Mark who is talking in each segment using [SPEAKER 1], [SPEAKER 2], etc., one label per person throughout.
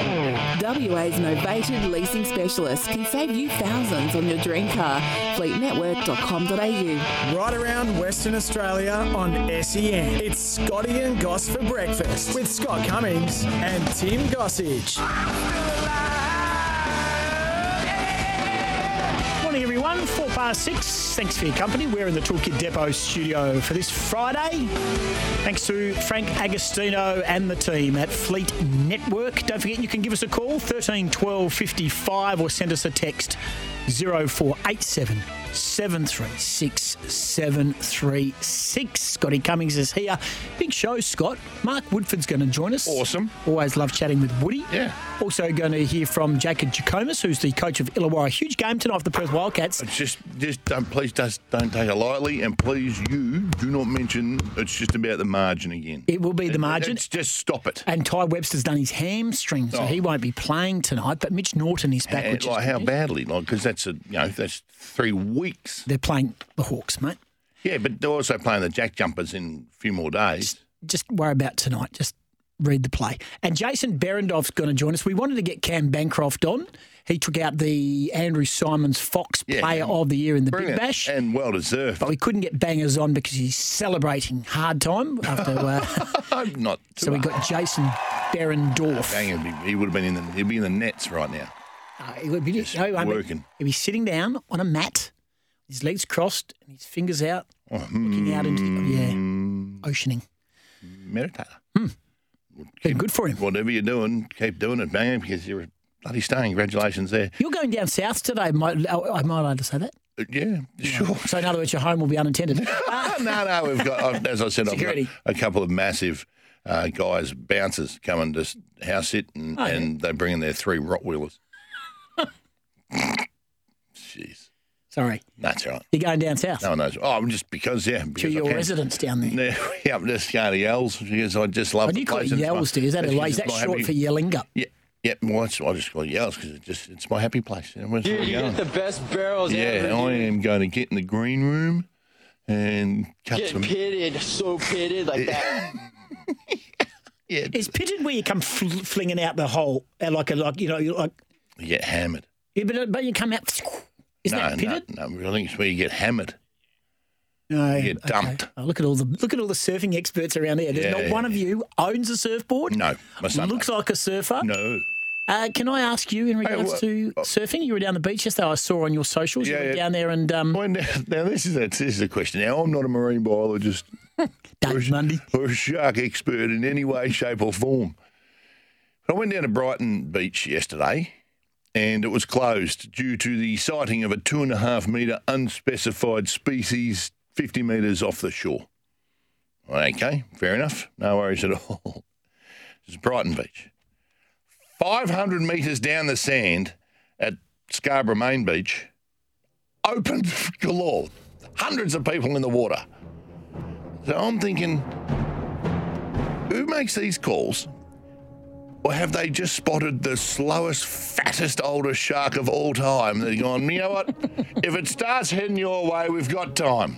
[SPEAKER 1] WA's novated leasing specialist can save you thousands on your dream car. Fleetnetwork.com.au.
[SPEAKER 2] Right around Western Australia on SEN. It's Scotty and Goss for breakfast with Scott Cummings and Tim Gossage.
[SPEAKER 3] Morning, everyone. Four past six. Thanks for your company. We're in the Toolkit Depot studio for this Friday. Thanks to Frank Agostino and the team at Fleet Network. Don't forget you can give us a call 13 12 55 or send us a text 0487 736 736. Scotty Cummings is here. Big show, Scott. Mark Woodford's going to join us.
[SPEAKER 4] Awesome.
[SPEAKER 3] Always love chatting with Woody.
[SPEAKER 4] Yeah.
[SPEAKER 3] Also going to hear from Jacob Jacomas, who's the coach of Illawarra. Huge game tonight for the Perth Wildcats.
[SPEAKER 4] It's just, just don't, please just don't take it lightly, and please you do not mention it's just about the margin again.
[SPEAKER 3] It will be the margin.
[SPEAKER 4] It's just stop it.
[SPEAKER 3] And Ty Webster's done his hamstring, so
[SPEAKER 4] Oh.
[SPEAKER 3] he won't be playing tonight. But Mitch Norton is back,
[SPEAKER 4] And,
[SPEAKER 3] which
[SPEAKER 4] like
[SPEAKER 3] is
[SPEAKER 4] how badly? Like because that's a you know that's three weeks.
[SPEAKER 3] they're playing the Hawks, mate.
[SPEAKER 4] Yeah, but they're also playing the Jack Jumpers in a few more days.
[SPEAKER 3] Just worry about tonight. Just read the play. And Jason Berendoff's going to join us. We wanted to get Cam Bancroft on. He took out the Andrew Simons Fox
[SPEAKER 4] Yeah.
[SPEAKER 3] Player of the Year in the
[SPEAKER 4] Brilliant
[SPEAKER 3] Big Bash.
[SPEAKER 4] and well deserved.
[SPEAKER 3] but we couldn't get Bangers on because he's celebrating hard time after. Uh,
[SPEAKER 4] I'm Oh, not. Too
[SPEAKER 3] so we got Jason Berendorf.
[SPEAKER 4] Bang, he'd be- he would have been in the he'd be in the nets right now.
[SPEAKER 3] Uh, he would be,
[SPEAKER 4] Just
[SPEAKER 3] no, he won't be.
[SPEAKER 4] working.
[SPEAKER 3] He'd be sitting down on a mat, his legs crossed and his fingers out, looking out into
[SPEAKER 4] Oh,
[SPEAKER 3] the,
[SPEAKER 4] hmm.
[SPEAKER 3] yeah, oceaning.
[SPEAKER 4] Meditator.
[SPEAKER 3] Been good for him.
[SPEAKER 4] Whatever you're doing, keep doing it, bang, because you're bloody staying. Congratulations there.
[SPEAKER 3] You're going down south today. Might, oh, I might have to say that.
[SPEAKER 4] Uh, Yeah, sure.
[SPEAKER 3] So in other words, your home will be unintended.
[SPEAKER 4] Ah, no, no, we've got, I've- as I said, I've got
[SPEAKER 3] Security.
[SPEAKER 4] a couple of massive uh, guys, bouncers, come and just house it, and,
[SPEAKER 3] Oh, yeah.
[SPEAKER 4] and they bring in their three Rottweilers. Jeez.
[SPEAKER 3] Sorry,
[SPEAKER 4] That's all right.
[SPEAKER 3] you're going down south
[SPEAKER 4] No one knows. Oh, I'm just because, yeah.
[SPEAKER 3] to
[SPEAKER 4] Because I
[SPEAKER 3] your
[SPEAKER 4] can.
[SPEAKER 3] residence down there.
[SPEAKER 4] Yeah, yeah, I'm just going to Yells because I just love
[SPEAKER 3] I
[SPEAKER 4] the
[SPEAKER 3] do call it
[SPEAKER 4] place. It's my-
[SPEAKER 3] Yells, do you? Is that, a,
[SPEAKER 4] it's
[SPEAKER 3] is
[SPEAKER 4] just
[SPEAKER 3] that
[SPEAKER 4] my
[SPEAKER 3] short
[SPEAKER 4] happy-
[SPEAKER 3] for yelling up?
[SPEAKER 4] Yeah, yeah. Well, it's, I just call it Yells because it just, it's my happy place. You know, where's
[SPEAKER 5] Dude,
[SPEAKER 4] I'm
[SPEAKER 5] you
[SPEAKER 4] going.
[SPEAKER 5] get the best barrels
[SPEAKER 4] yeah,
[SPEAKER 5] ever.
[SPEAKER 4] I
[SPEAKER 5] dude.
[SPEAKER 4] am going to get in the green room and cut
[SPEAKER 5] Get
[SPEAKER 4] some.
[SPEAKER 5] pitted, so pitted like that.
[SPEAKER 4] Yeah,
[SPEAKER 3] Is pitted where you come fl- flinging out the hole uh, like a like you know you're like
[SPEAKER 4] you get hammered.
[SPEAKER 3] yeah, but, but you come out. Isn't
[SPEAKER 4] no,
[SPEAKER 3] that pitted?
[SPEAKER 4] no, no. I think it's where you get hammered.
[SPEAKER 3] No,
[SPEAKER 4] You get dumped.
[SPEAKER 3] Oh, look at all the look at all the surfing experts around here. There's
[SPEAKER 4] Yeah,
[SPEAKER 3] not
[SPEAKER 4] yeah,
[SPEAKER 3] one of
[SPEAKER 4] yeah.
[SPEAKER 3] you owns a surfboard.
[SPEAKER 4] No, my son.
[SPEAKER 3] looks like a surfer.
[SPEAKER 4] no.
[SPEAKER 3] Uh, can I ask you in regards
[SPEAKER 4] well, uh,
[SPEAKER 3] to surfing? You were down the beach yesterday. I saw on your socials. you
[SPEAKER 4] Yeah,
[SPEAKER 3] were
[SPEAKER 4] yeah.
[SPEAKER 3] down there and um,
[SPEAKER 4] Well, now, now this is a, this is a question. Now I'm not a marine biologist
[SPEAKER 3] Dave Mundy.
[SPEAKER 4] or a shark expert in any way, shape, or form. I went down to Brighton Beach yesterday, and it was closed due to the sighting of a two and a half metre unspecified species, fifty metres off the shore. Okay, fair enough. No worries at all. It's Brighton Beach. 500 metres down the sand at Scarborough Main Beach, open galore. Hundreds of people in the water. So I'm thinking, who makes these calls? Or have they just spotted the slowest, fattest, oldest shark of all time? They're gone, you know what? if it starts heading your way, we've got time.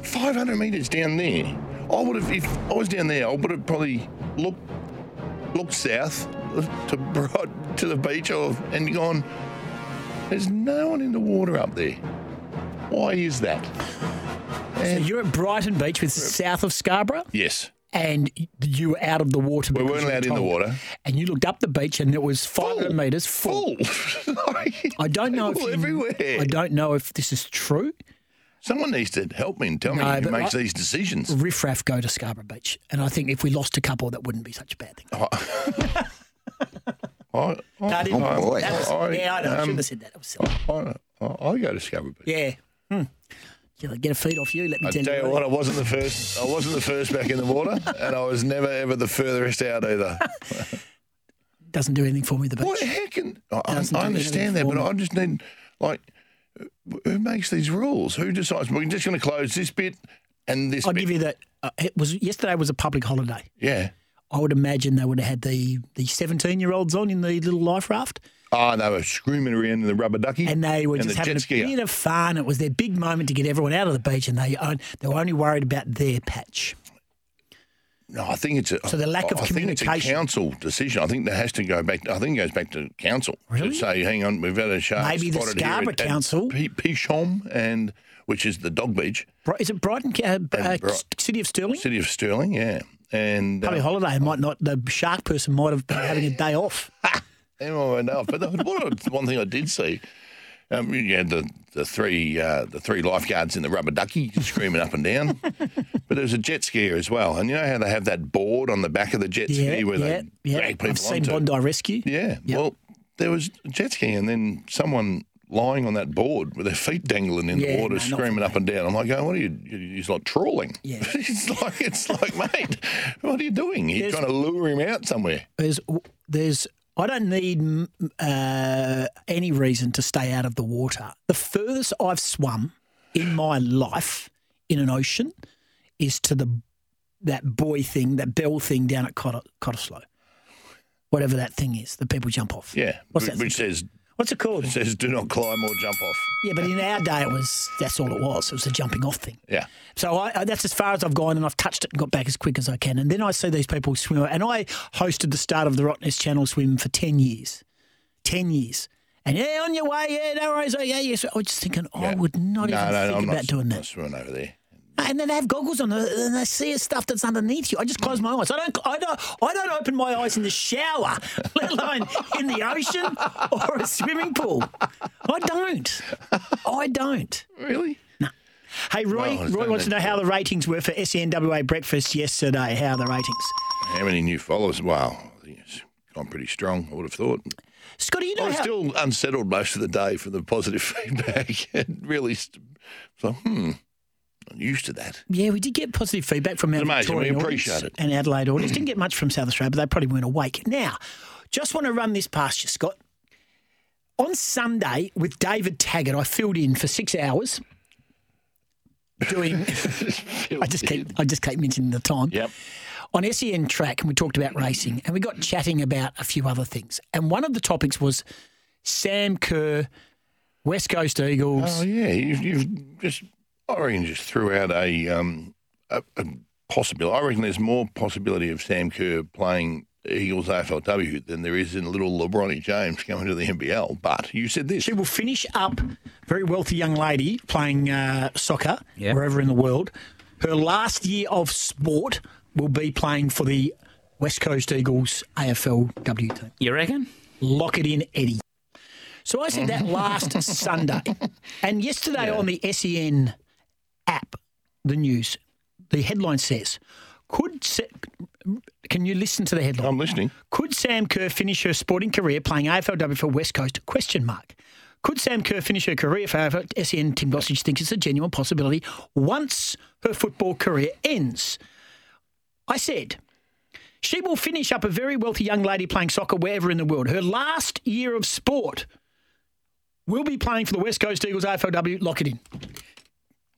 [SPEAKER 4] 500 metres down there. I would have, if I was down there, I would have probably looked looked south to Broad- to the beach or, and gone, there's no one in the water up there. Why is that?
[SPEAKER 3] So you're at Brighton Beach, which is south of Scarborough,
[SPEAKER 4] Yes.
[SPEAKER 3] and you were out of the water.
[SPEAKER 4] We
[SPEAKER 3] because
[SPEAKER 4] weren't
[SPEAKER 3] you were
[SPEAKER 4] allowed in the
[SPEAKER 3] told.
[SPEAKER 4] water.
[SPEAKER 3] And you looked up the beach, and it was 500 metres full.
[SPEAKER 4] Full. Sorry.
[SPEAKER 3] I don't know if
[SPEAKER 4] Full
[SPEAKER 3] you-
[SPEAKER 4] everywhere.
[SPEAKER 3] I don't know if this is true.
[SPEAKER 4] Someone needs to help me and tell
[SPEAKER 3] No,
[SPEAKER 4] me who
[SPEAKER 3] but
[SPEAKER 4] makes
[SPEAKER 3] I-
[SPEAKER 4] these decisions.
[SPEAKER 3] Riffraff go to Scarborough Beach, and I think if we lost a couple, that wouldn't be such a bad thing.
[SPEAKER 4] I, I,
[SPEAKER 3] didn't- Oh,
[SPEAKER 4] I-
[SPEAKER 3] That was-
[SPEAKER 4] I-
[SPEAKER 3] yeah, I know. I
[SPEAKER 4] um,
[SPEAKER 3] shouldn't have said that. That was silly.
[SPEAKER 4] I, I, I go to Scarborough Beach.
[SPEAKER 3] Yeah. Hmm. Yeah, Get a feed off you. Let me
[SPEAKER 4] I
[SPEAKER 3] tell,
[SPEAKER 4] tell you
[SPEAKER 3] you
[SPEAKER 4] what, I wasn't the first. I wasn't the first back in the water, and I was never ever the furthest out either.
[SPEAKER 3] Doesn't do anything for me. The beach.
[SPEAKER 4] What the heck? And I, I,
[SPEAKER 3] Doesn't
[SPEAKER 4] I
[SPEAKER 3] do anything
[SPEAKER 4] understand that,
[SPEAKER 3] for
[SPEAKER 4] but
[SPEAKER 3] me.
[SPEAKER 4] I just need like who makes these rules? Who decides? We're just going to close this bit and this
[SPEAKER 3] I'll
[SPEAKER 4] bit.
[SPEAKER 3] give you that. Uh, it was yesterday was a public holiday.
[SPEAKER 4] yeah.
[SPEAKER 3] I would imagine they would have had the the seventeen year olds on in the little life raft,
[SPEAKER 4] Ah, they were screaming around in the rubber ducky,
[SPEAKER 3] and they were
[SPEAKER 4] and
[SPEAKER 3] just
[SPEAKER 4] the
[SPEAKER 3] having
[SPEAKER 4] jet
[SPEAKER 3] a
[SPEAKER 4] skier.
[SPEAKER 3] bit of fun. It was their big moment to get everyone out of the beach, and they on- they were only worried about their patch.
[SPEAKER 4] No, I think it's a
[SPEAKER 3] So the lack of
[SPEAKER 4] I think it's a
[SPEAKER 3] communication.
[SPEAKER 4] council decision. I think that has to go back. I think it goes back to council
[SPEAKER 3] Really?
[SPEAKER 4] to say, "Hang on, we've had a shark
[SPEAKER 3] Maybe the
[SPEAKER 4] spotted here
[SPEAKER 3] Scarborough
[SPEAKER 4] at- at
[SPEAKER 3] Council.
[SPEAKER 4] P- Pishom, and which is the dog beach,
[SPEAKER 3] Bri- Is it Brighton, uh, b- uh,
[SPEAKER 4] Bri-
[SPEAKER 3] city of Stirling?
[SPEAKER 4] city of Stirling, yeah." And
[SPEAKER 3] Public
[SPEAKER 4] uh,
[SPEAKER 3] holiday might not. The shark person might have been having a day off.
[SPEAKER 4] oh, enough. But the- what I- one thing I did see, um, you had the the three uh, the three lifeguards in the rubber ducky screaming up and down, but there was a jet skier as well. And you know how they have that board on the back of the jet
[SPEAKER 3] Yeah,
[SPEAKER 4] ski where
[SPEAKER 3] yeah,
[SPEAKER 4] they
[SPEAKER 3] yeah.
[SPEAKER 4] drag people
[SPEAKER 3] I've seen
[SPEAKER 4] onto.
[SPEAKER 3] Bondi Rescue.
[SPEAKER 4] Yeah. Well, there was a jet ski and then someone lying on that board with their feet dangling in
[SPEAKER 3] Yeah,
[SPEAKER 4] the water,
[SPEAKER 3] no, not for
[SPEAKER 4] screaming up and down. I'm like, going, what are you? He's like trawling.
[SPEAKER 3] Yeah.
[SPEAKER 4] it's like it's like, mate, what are you doing? You're
[SPEAKER 3] There's-
[SPEAKER 4] trying to lure him out somewhere.
[SPEAKER 3] there's there's I don't need mm, uh, any reason to stay out of the water. The furthest I've swum in my life in an ocean is to the that buoy thing, that bell thing down at Cotter- Cottesloe, whatever that thing is that people jump off.
[SPEAKER 4] Yeah.
[SPEAKER 3] what's
[SPEAKER 4] wh-
[SPEAKER 3] that?
[SPEAKER 4] which
[SPEAKER 3] thing?
[SPEAKER 4] says
[SPEAKER 3] What's it called?
[SPEAKER 4] says do not climb or jump off.
[SPEAKER 3] Yeah, but in our day, it was that's all it was. It was a jumping off thing.
[SPEAKER 4] Yeah.
[SPEAKER 3] So I, I- that's as far as I've gone, and I've touched it and got back as quick as I can. And then I see these people swim. And I hosted the start of the Rottnest Channel swim for 10 years. 10 years. And yeah, on your way, yeah, no worries. Oh, yeah, yes. I was just thinking, I
[SPEAKER 4] Yeah.
[SPEAKER 3] would not
[SPEAKER 4] no,
[SPEAKER 3] even
[SPEAKER 4] no, no,
[SPEAKER 3] think
[SPEAKER 4] I'm
[SPEAKER 3] about
[SPEAKER 4] not,
[SPEAKER 3] doing
[SPEAKER 4] not
[SPEAKER 3] that.
[SPEAKER 4] swimming over there.
[SPEAKER 3] And then they have goggles on and they see stuff that's underneath you. I just close my eyes. I don't, I don't, I don't open my eyes in the shower, let alone in the ocean or a swimming pool. I don't. I don't.
[SPEAKER 4] Really?
[SPEAKER 3] Hey, Roy,
[SPEAKER 4] Well, it's
[SPEAKER 3] Roy
[SPEAKER 4] done
[SPEAKER 3] wants to
[SPEAKER 4] that
[SPEAKER 3] know how
[SPEAKER 4] for-
[SPEAKER 3] the ratings were for SENWA breakfast yesterday. How are the ratings?
[SPEAKER 4] How many new followers? Wow. I think it's gone pretty strong, I would have thought.
[SPEAKER 3] Scotty, you
[SPEAKER 4] I
[SPEAKER 3] know
[SPEAKER 4] was
[SPEAKER 3] how.
[SPEAKER 4] still unsettled most of the day from the positive feedback. and really, st- so hmm, not used to that.
[SPEAKER 3] yeah, we did get positive feedback from our
[SPEAKER 4] It's amazing.
[SPEAKER 3] Victorian
[SPEAKER 4] We appreciate
[SPEAKER 3] audience
[SPEAKER 4] it.
[SPEAKER 3] and Adelaide audience. Didn't get much from South Australia, but they probably weren't awake. Now, just want to run this past you, Scott. On Sunday with David Taggart, I filled in for six hours doing. I just keep I just keep mentioning the time.
[SPEAKER 4] Yep.
[SPEAKER 3] on SEN track and we talked about racing and we got chatting about a few other things. And one of the topics was Sam Kerr, West Coast Eagles.
[SPEAKER 4] Oh yeah, you've, you've just Orion just threw out a um a, a possibility. I reckon there's more possibility of Sam Kerr playing Eagles AFLW than there is in little LeBron James coming to the NBL. But you said this.
[SPEAKER 3] She will finish up, very wealthy young lady playing uh, soccer
[SPEAKER 6] Yeah.
[SPEAKER 3] wherever in the world. Her last year of sport will be playing for the West Coast Eagles AFLW team.
[SPEAKER 6] You reckon?
[SPEAKER 3] Lock it in, Eddie. So I said that last Sunday. And yesterday on the SEN app, the news, the headline says, could Sa- can you listen to the headline?
[SPEAKER 4] I'm listening.
[SPEAKER 3] Could Sam Kerr finish her sporting career playing AFLW for West Coast? Question mark. Could Sam Kerr finish her career for AFL? SEN Tim Gossage thinks it's a genuine possibility once her football career ends. I said, she will finish up a very wealthy young lady playing soccer wherever in the world. Her last year of sport will be playing for the West Coast Eagles AFLW. Lock it in.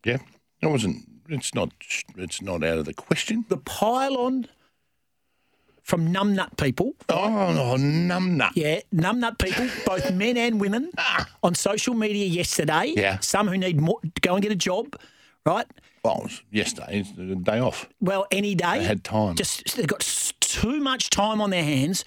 [SPEAKER 4] Yeah, it wasn't. It's not. It's not out of the question.
[SPEAKER 3] The pile on from numbnut people
[SPEAKER 4] Oh, numbnut.
[SPEAKER 3] Yeah, numbnut people, both men and women, on social media yesterday.
[SPEAKER 4] Yeah.
[SPEAKER 3] Some who need more to go and get a job, right?
[SPEAKER 4] Well, it was yesterday. It's the day off.
[SPEAKER 3] Well, any day.
[SPEAKER 4] They had time.
[SPEAKER 3] Just they've got s- too much time on their hands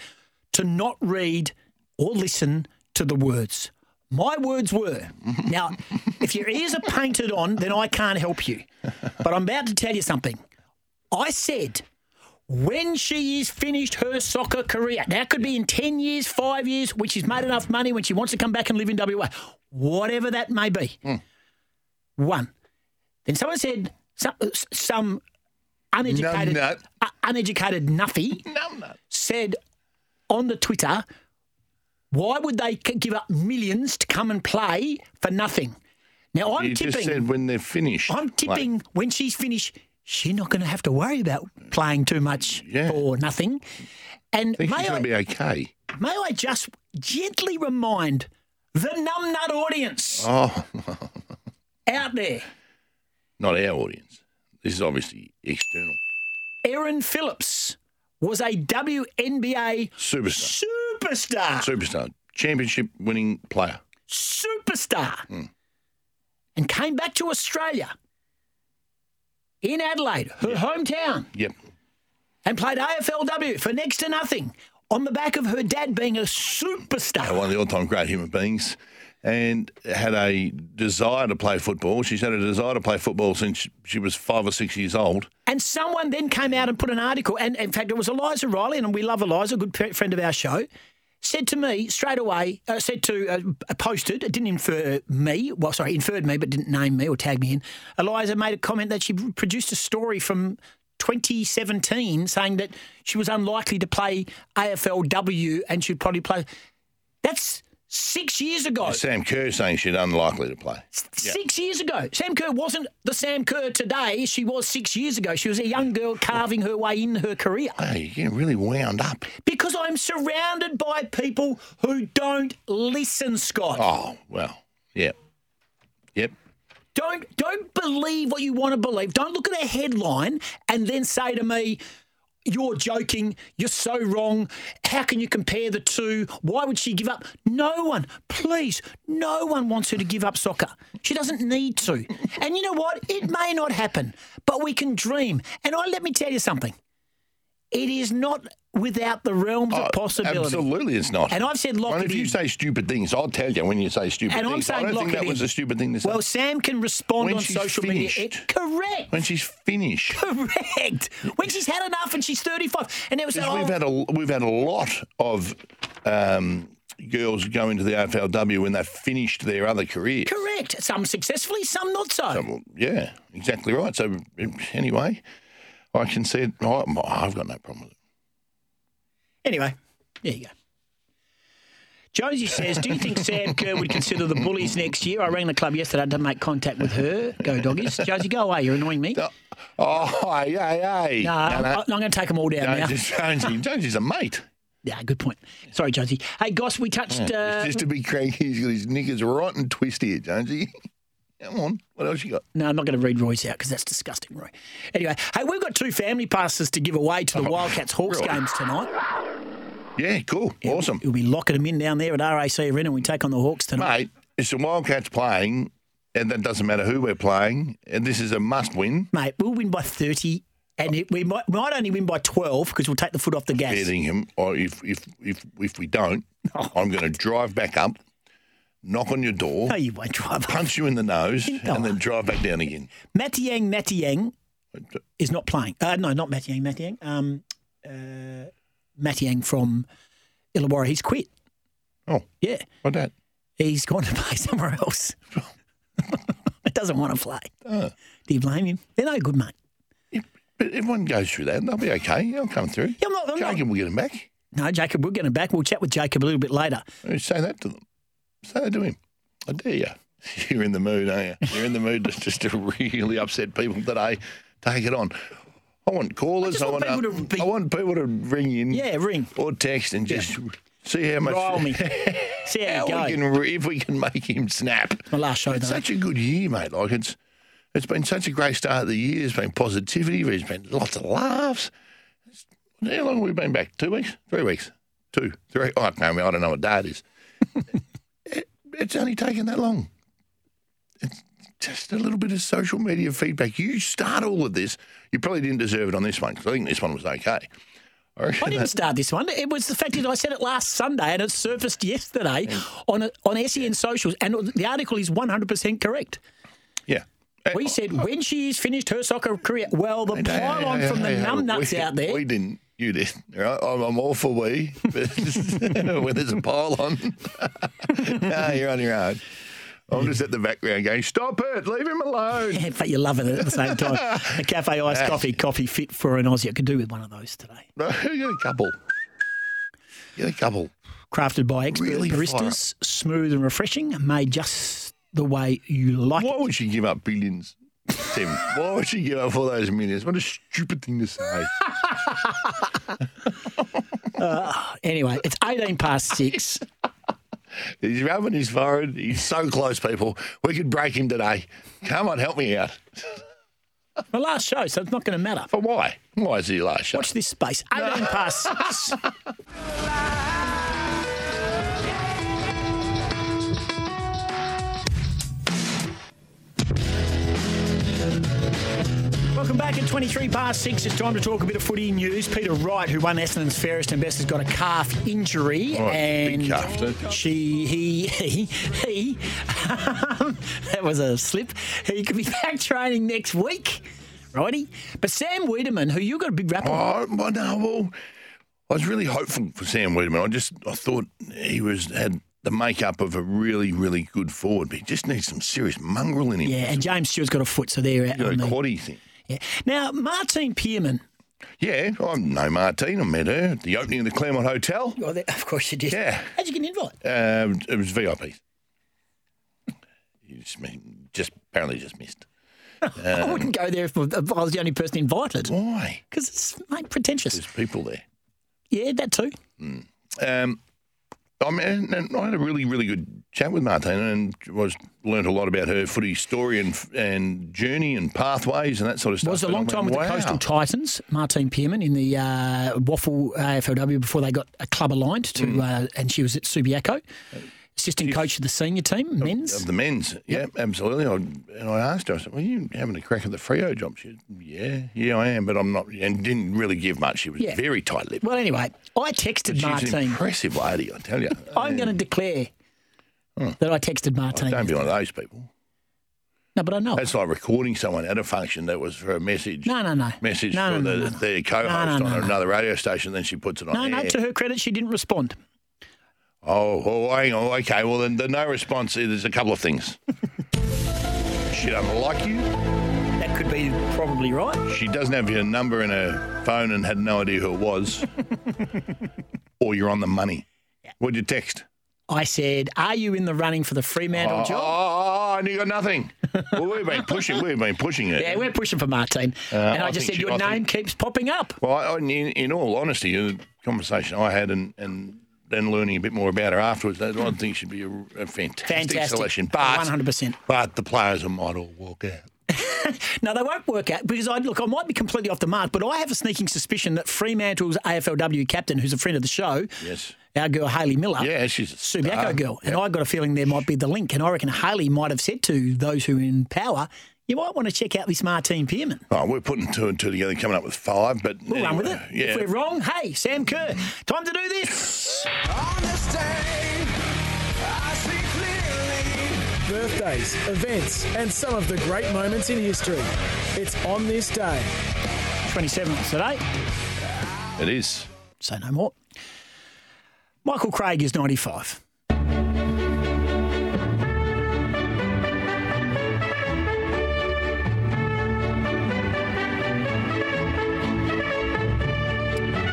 [SPEAKER 3] to not read or listen to the words. My words were. Now, if your ears are painted on, then I can't help you. But I'm about to tell you something. I said when she is finished her soccer career. Now, it could be in 10 years, five years, when she's made enough money, when she wants to come back and live in WA, whatever that may be.
[SPEAKER 4] Hmm.
[SPEAKER 3] One. Then someone said, some, some uneducated,
[SPEAKER 4] Numbnut.
[SPEAKER 3] uh, uneducated nuffy
[SPEAKER 4] Numbnut.
[SPEAKER 3] said on the Twitter, why would they c- give up millions to come and play for nothing? Now, I'm
[SPEAKER 4] you
[SPEAKER 3] tipping.
[SPEAKER 4] just said when they're finished.
[SPEAKER 3] I'm tipping when she's finished, she's not going to have to worry about playing too much
[SPEAKER 4] Yeah.
[SPEAKER 3] or nothing. And
[SPEAKER 4] I think
[SPEAKER 3] may
[SPEAKER 4] she's going
[SPEAKER 3] I,
[SPEAKER 4] to be okay.
[SPEAKER 3] may I just gently remind The numbnut audience
[SPEAKER 4] Oh,
[SPEAKER 3] out there.
[SPEAKER 4] not our audience. This is obviously external.
[SPEAKER 3] Aaron Phillips was a WNBA
[SPEAKER 4] Superstar.
[SPEAKER 3] superstar.
[SPEAKER 4] Superstar. Championship winning player.
[SPEAKER 3] Superstar.
[SPEAKER 4] Hmm.
[SPEAKER 3] And came back to Australia in Adelaide, her hometown,
[SPEAKER 4] Yep.
[SPEAKER 3] and played AFLW for next to nothing on the back of her dad being a superstar.
[SPEAKER 4] One of the all time great human beings. And had a desire to play football. She's had a desire to play football since she- she was five or six years old.
[SPEAKER 3] And someone then came out and put an article, and in fact, it was Eliza Riley, and we love Eliza, a good pe- friend of our show, said to me straight away, uh, said to, uh, posted, it didn't infer me, well, sorry, inferred me, but didn't name me or tag me in. Eliza made a comment that she produced a story from 2017 saying that she was unlikely to play AFLW and she'd probably play. That's six years ago.
[SPEAKER 4] Sam Kerr saying she'd unlikely to play.
[SPEAKER 3] Six years ago, Sam Kerr wasn't the Sam Kerr today. She was six years ago. She was a young girl carving her way in her career.
[SPEAKER 4] Hey, you're getting really wound up.
[SPEAKER 3] Because I'm surrounded by people who don't listen, Scott.
[SPEAKER 4] Oh, well. Yep. Yep.
[SPEAKER 3] Don't don't believe what you want to believe. Don't look at a headline and then say to me, "You're joking. You're so wrong. How can you compare the two? Why would she give up?" No one, please, no one wants her to give up soccer. She doesn't need to. And you know what? It may not happen, but we can dream. And I let me tell you something. It is not without the realms
[SPEAKER 4] Oh,
[SPEAKER 3] of possibility.
[SPEAKER 4] Absolutely, it's not.
[SPEAKER 3] And I've said lock
[SPEAKER 4] Well,
[SPEAKER 3] it
[SPEAKER 4] if you
[SPEAKER 3] in.
[SPEAKER 4] say stupid things, I'll tell you when you say stupid
[SPEAKER 3] And I'm
[SPEAKER 4] things. I
[SPEAKER 3] saying
[SPEAKER 4] don't
[SPEAKER 3] lock
[SPEAKER 4] think
[SPEAKER 3] it
[SPEAKER 4] that
[SPEAKER 3] in.
[SPEAKER 4] was a stupid thing to say.
[SPEAKER 3] Well, Sam can respond
[SPEAKER 4] When
[SPEAKER 3] on
[SPEAKER 4] she's
[SPEAKER 3] social media.
[SPEAKER 4] finished.
[SPEAKER 3] It, correct.
[SPEAKER 4] when she's finished,
[SPEAKER 3] Correct. When she's had enough and she's 35. And it was
[SPEAKER 4] Because
[SPEAKER 3] oh,
[SPEAKER 4] we've had a we've had a lot of um, girls go into the AFLW when they finished their other career.
[SPEAKER 3] correct. Some successfully, some not so.
[SPEAKER 4] Well, yeah, exactly right. So anyway, I can see it. I, I've got no problem with it.
[SPEAKER 3] Anyway, there you go. Josie says, Do you think Sam Kerr would consider the bullies next year? I rang the club yesterday to make contact with her. Go doggies. Josie, go away. You're annoying me. No,
[SPEAKER 4] Uh, Oh, hey, hey, hey.
[SPEAKER 3] I'm, I'm going to take them all down
[SPEAKER 4] No,
[SPEAKER 3] now.
[SPEAKER 4] just Jonesy. Jonesy's a mate.
[SPEAKER 3] Yeah, good point. Sorry, Josie. Hey, Goss, we touched.
[SPEAKER 4] It's
[SPEAKER 3] Uh,
[SPEAKER 4] just a big cranky. He's got his knickers right and twist here, Jonesy. Come on. What else you got?
[SPEAKER 3] No, I'm not going to read Roy's out because that's disgusting, Roy. Anyway, hey, we've got two family passes to give away to the Wildcats Hawks
[SPEAKER 4] Oh, really?
[SPEAKER 3] games tonight.
[SPEAKER 4] Yeah, cool. Awesome.
[SPEAKER 3] We'll be locking them in down there at RAC Arena when we take on the Hawks tonight.
[SPEAKER 4] Mate, it's the Wildcats playing, and that doesn't matter who we're playing, and this is a must win.
[SPEAKER 3] Mate, we'll win by 30, and it, we might, might only win by 12 because we'll take the foot off the gas.
[SPEAKER 4] Betting him, or if, if, if, if we don't,
[SPEAKER 3] Oh.
[SPEAKER 4] I'm going to drive back up, knock on your door,
[SPEAKER 3] No, you won't drive.
[SPEAKER 4] punch you in the nose,
[SPEAKER 3] No.
[SPEAKER 4] and then drive back down again.
[SPEAKER 3] Mattiang Mattiang is not playing. Uh, no, not Mattiang Mattiang. Um, uh, Mattiang from Illawarra, he's quit.
[SPEAKER 4] Oh,
[SPEAKER 3] Yeah,
[SPEAKER 4] what that?
[SPEAKER 3] he's gone to play somewhere else. Doesn't want to play. Do you blame him? They're no good, mate.
[SPEAKER 4] Yeah, But everyone goes through that, and they'll be okay. They'll come through.
[SPEAKER 3] Yeah, I'm not- I'm not-
[SPEAKER 4] Jacob will get him back.
[SPEAKER 3] No, Jacob, we'll get him back. We'll chat with Jacob a little bit later.
[SPEAKER 4] Say that to them. Say that to him. I dare you. You're in the mood, aren't you? You're in the mood to, just to really upset people today. Take it on. I want callers.
[SPEAKER 3] just
[SPEAKER 4] I,
[SPEAKER 3] want
[SPEAKER 4] want, uh,
[SPEAKER 3] people to be-
[SPEAKER 4] I want people to ring in
[SPEAKER 3] Yeah, ring.
[SPEAKER 4] or text and just see how much
[SPEAKER 3] Rile me. See how,
[SPEAKER 4] how
[SPEAKER 3] you go.
[SPEAKER 4] we can re- if we can make him snap.
[SPEAKER 3] My last show,
[SPEAKER 4] It's
[SPEAKER 3] though.
[SPEAKER 4] such a good year, mate. Like it's it's been such a great start of the year. There's been positivity. There's been lots of laughs. It's- how long have we been back? Two weeks? Three weeks? Two? Three? Oh, I can't remember. I don't know what day it is. It- it's only taken that long. It's just a little bit of social media feedback. You start all of this. You probably didn't deserve it on this one because I think this one was okay. I
[SPEAKER 3] I
[SPEAKER 4] reckon
[SPEAKER 3] didn't start this one. It was the fact that I said it last Sunday and it surfaced yesterday on a, on SEN socials, and the article is 100% correct.
[SPEAKER 4] yeah.
[SPEAKER 3] We said when she's finished her soccer career. Well, the
[SPEAKER 4] Hey, hey,
[SPEAKER 3] pylon
[SPEAKER 4] uh, hey,
[SPEAKER 3] from the
[SPEAKER 4] hey, hey,
[SPEAKER 3] numbnuts
[SPEAKER 4] we-
[SPEAKER 3] out there.
[SPEAKER 4] We didn't. You did. all Right? I'm, I'm all for we, but when there's a pylon, no, you're on your own. I'm just at the background going, stop it, leave him alone.
[SPEAKER 3] Yeah, but you're loving it at the same time. A cafe iced coffee, coffee fit for an Aussie. I could do with one of those today.
[SPEAKER 4] No, Get a couple. Get a couple.
[SPEAKER 3] Crafted by expert
[SPEAKER 4] Really fire
[SPEAKER 3] baristas, smooth and refreshing, made just the way you like
[SPEAKER 4] Why
[SPEAKER 3] it.
[SPEAKER 4] would she give up billions, Tim? Why would she give up all those millions? What a stupid thing to say.
[SPEAKER 3] Anyway, it's 18 past six.
[SPEAKER 4] He's rubbing his forehead. He's so close, people. We could break him today. Come on, help me out.
[SPEAKER 3] My last show, so it's not going to matter.
[SPEAKER 4] But why? Why is he last shot?
[SPEAKER 3] Watch this space. 18 past six. Welcome back at 23 past six. It's time to talk a bit of footy news. Peter Wright, who won Essendon's fairest and best, has got a calf injury,
[SPEAKER 4] Oh, big
[SPEAKER 3] and
[SPEAKER 4] calf, too.
[SPEAKER 3] she, he, he, he. um, that was a slip. He could be back training next week, righty. But Sam Wiedemann, who you got a big rap on,
[SPEAKER 4] Oh, well, no, well, I was really hopeful for Sam Wiedemann. I just I thought he was had the makeup of a really, really good forward, but he just needs some serious mongrel in him.
[SPEAKER 3] yeah, and James Stewart's got a foot, so they're out.
[SPEAKER 4] You
[SPEAKER 3] on
[SPEAKER 4] know,
[SPEAKER 3] the-
[SPEAKER 4] quaddy thing.
[SPEAKER 3] yeah. Now Martine Pearman.
[SPEAKER 4] Yeah, I know Martine. I met her at the opening of the Claremont Hotel.
[SPEAKER 3] Oh, that- of course you did.
[SPEAKER 4] Yeah.
[SPEAKER 3] How'd you get an invite?
[SPEAKER 4] Um, it was VIP. You just, just apparently just missed. Uh,
[SPEAKER 3] I wouldn't go there if, if I was the only person invited.
[SPEAKER 4] Why?
[SPEAKER 3] Because it's mate, pretentious.
[SPEAKER 4] There's people there.
[SPEAKER 3] Yeah, that too.
[SPEAKER 4] Um, I mean, and I had a really, really good chat with Martina and was learnt a lot about her footy story and and journey and pathways and that sort of stuff.
[SPEAKER 3] Was a
[SPEAKER 4] And I
[SPEAKER 3] long
[SPEAKER 4] went,
[SPEAKER 3] time with the
[SPEAKER 4] "Wow."
[SPEAKER 3] Coastal Titans, Martine Pearman, in the uh, Waffle AFLW before they got a club aligned to,
[SPEAKER 4] Hmm.
[SPEAKER 3] uh, and she was at Subiaco, assistant coach of the senior team, men's.
[SPEAKER 4] Of the men's, yeah, absolutely. I, and I asked her, I said, "Well, you having a crack at the Frio job?" She, said, "Yeah, yeah, I am, but I'm not." And didn't really give much. She was
[SPEAKER 3] Yeah.
[SPEAKER 4] very tight-lipped.
[SPEAKER 3] Well, anyway, I texted
[SPEAKER 4] She's an
[SPEAKER 3] Martine.
[SPEAKER 4] impressive lady, I tell you.
[SPEAKER 3] I'm going to declare that I texted Martine.
[SPEAKER 4] Hmm. Don't be one of those people.
[SPEAKER 3] no, but I know.
[SPEAKER 4] That's like recording someone at a function that was for a message.
[SPEAKER 3] No, no, no.
[SPEAKER 4] Message
[SPEAKER 3] No,
[SPEAKER 4] for
[SPEAKER 3] no,
[SPEAKER 4] the,
[SPEAKER 3] no, no.
[SPEAKER 4] their co-host
[SPEAKER 3] No, no,
[SPEAKER 4] on
[SPEAKER 3] no, no.
[SPEAKER 4] another radio station, then she puts it on
[SPEAKER 3] No,
[SPEAKER 4] air.
[SPEAKER 3] no, to her credit, she didn't respond.
[SPEAKER 4] Oh, oh, hang on. Okay, well, then the no response, there's a couple of things. she doesn't like you.
[SPEAKER 3] That could be probably right.
[SPEAKER 4] She doesn't have your number in her phone and had no idea who it was. or you're on the money. What'd you text?
[SPEAKER 3] I said, Are you in the running for the Fremantle
[SPEAKER 4] Oh,
[SPEAKER 3] job?
[SPEAKER 4] oh, oh, and you got nothing. well, we've been pushing. We've been pushing it.
[SPEAKER 3] Yeah, we're pushing for Martine. and I,
[SPEAKER 4] Uh, I
[SPEAKER 3] just said,
[SPEAKER 4] think she-
[SPEAKER 3] Your
[SPEAKER 4] I
[SPEAKER 3] name
[SPEAKER 4] think-
[SPEAKER 3] keeps popping up.
[SPEAKER 4] Well, I, I- in, in all honesty, the conversation I had and, and then learning a bit more about her afterwards, I don't think she'd be a, a fantastic,
[SPEAKER 3] Fantastic.
[SPEAKER 4] selection. But
[SPEAKER 3] 100%.
[SPEAKER 4] But the players might all walk out.
[SPEAKER 3] No, they won't work out because I look, I might be completely off the mark, but I have a sneaking suspicion that Fremantle's AFLW captain, who's a friend of the show,
[SPEAKER 4] Yes.
[SPEAKER 3] our girl Haley Miller,
[SPEAKER 4] Yeah, she's a
[SPEAKER 3] Subiaco
[SPEAKER 4] star.
[SPEAKER 3] girl, and
[SPEAKER 4] Yeah.
[SPEAKER 3] I got a feeling there might be the link, and I reckon Haley might have said to those who are in power, you might want to check out this Martine Pearman.
[SPEAKER 4] Oh, we're putting two and two together, coming up with five. But
[SPEAKER 3] We'll run with it.
[SPEAKER 4] Yeah.
[SPEAKER 3] If we're wrong, hey, Sam Kerr, time to do this.
[SPEAKER 2] Birthdays, events, and some of the great moments in history. It's on this day.
[SPEAKER 3] 27th today.
[SPEAKER 4] It is.
[SPEAKER 3] Say no more. Michael Craig is 95.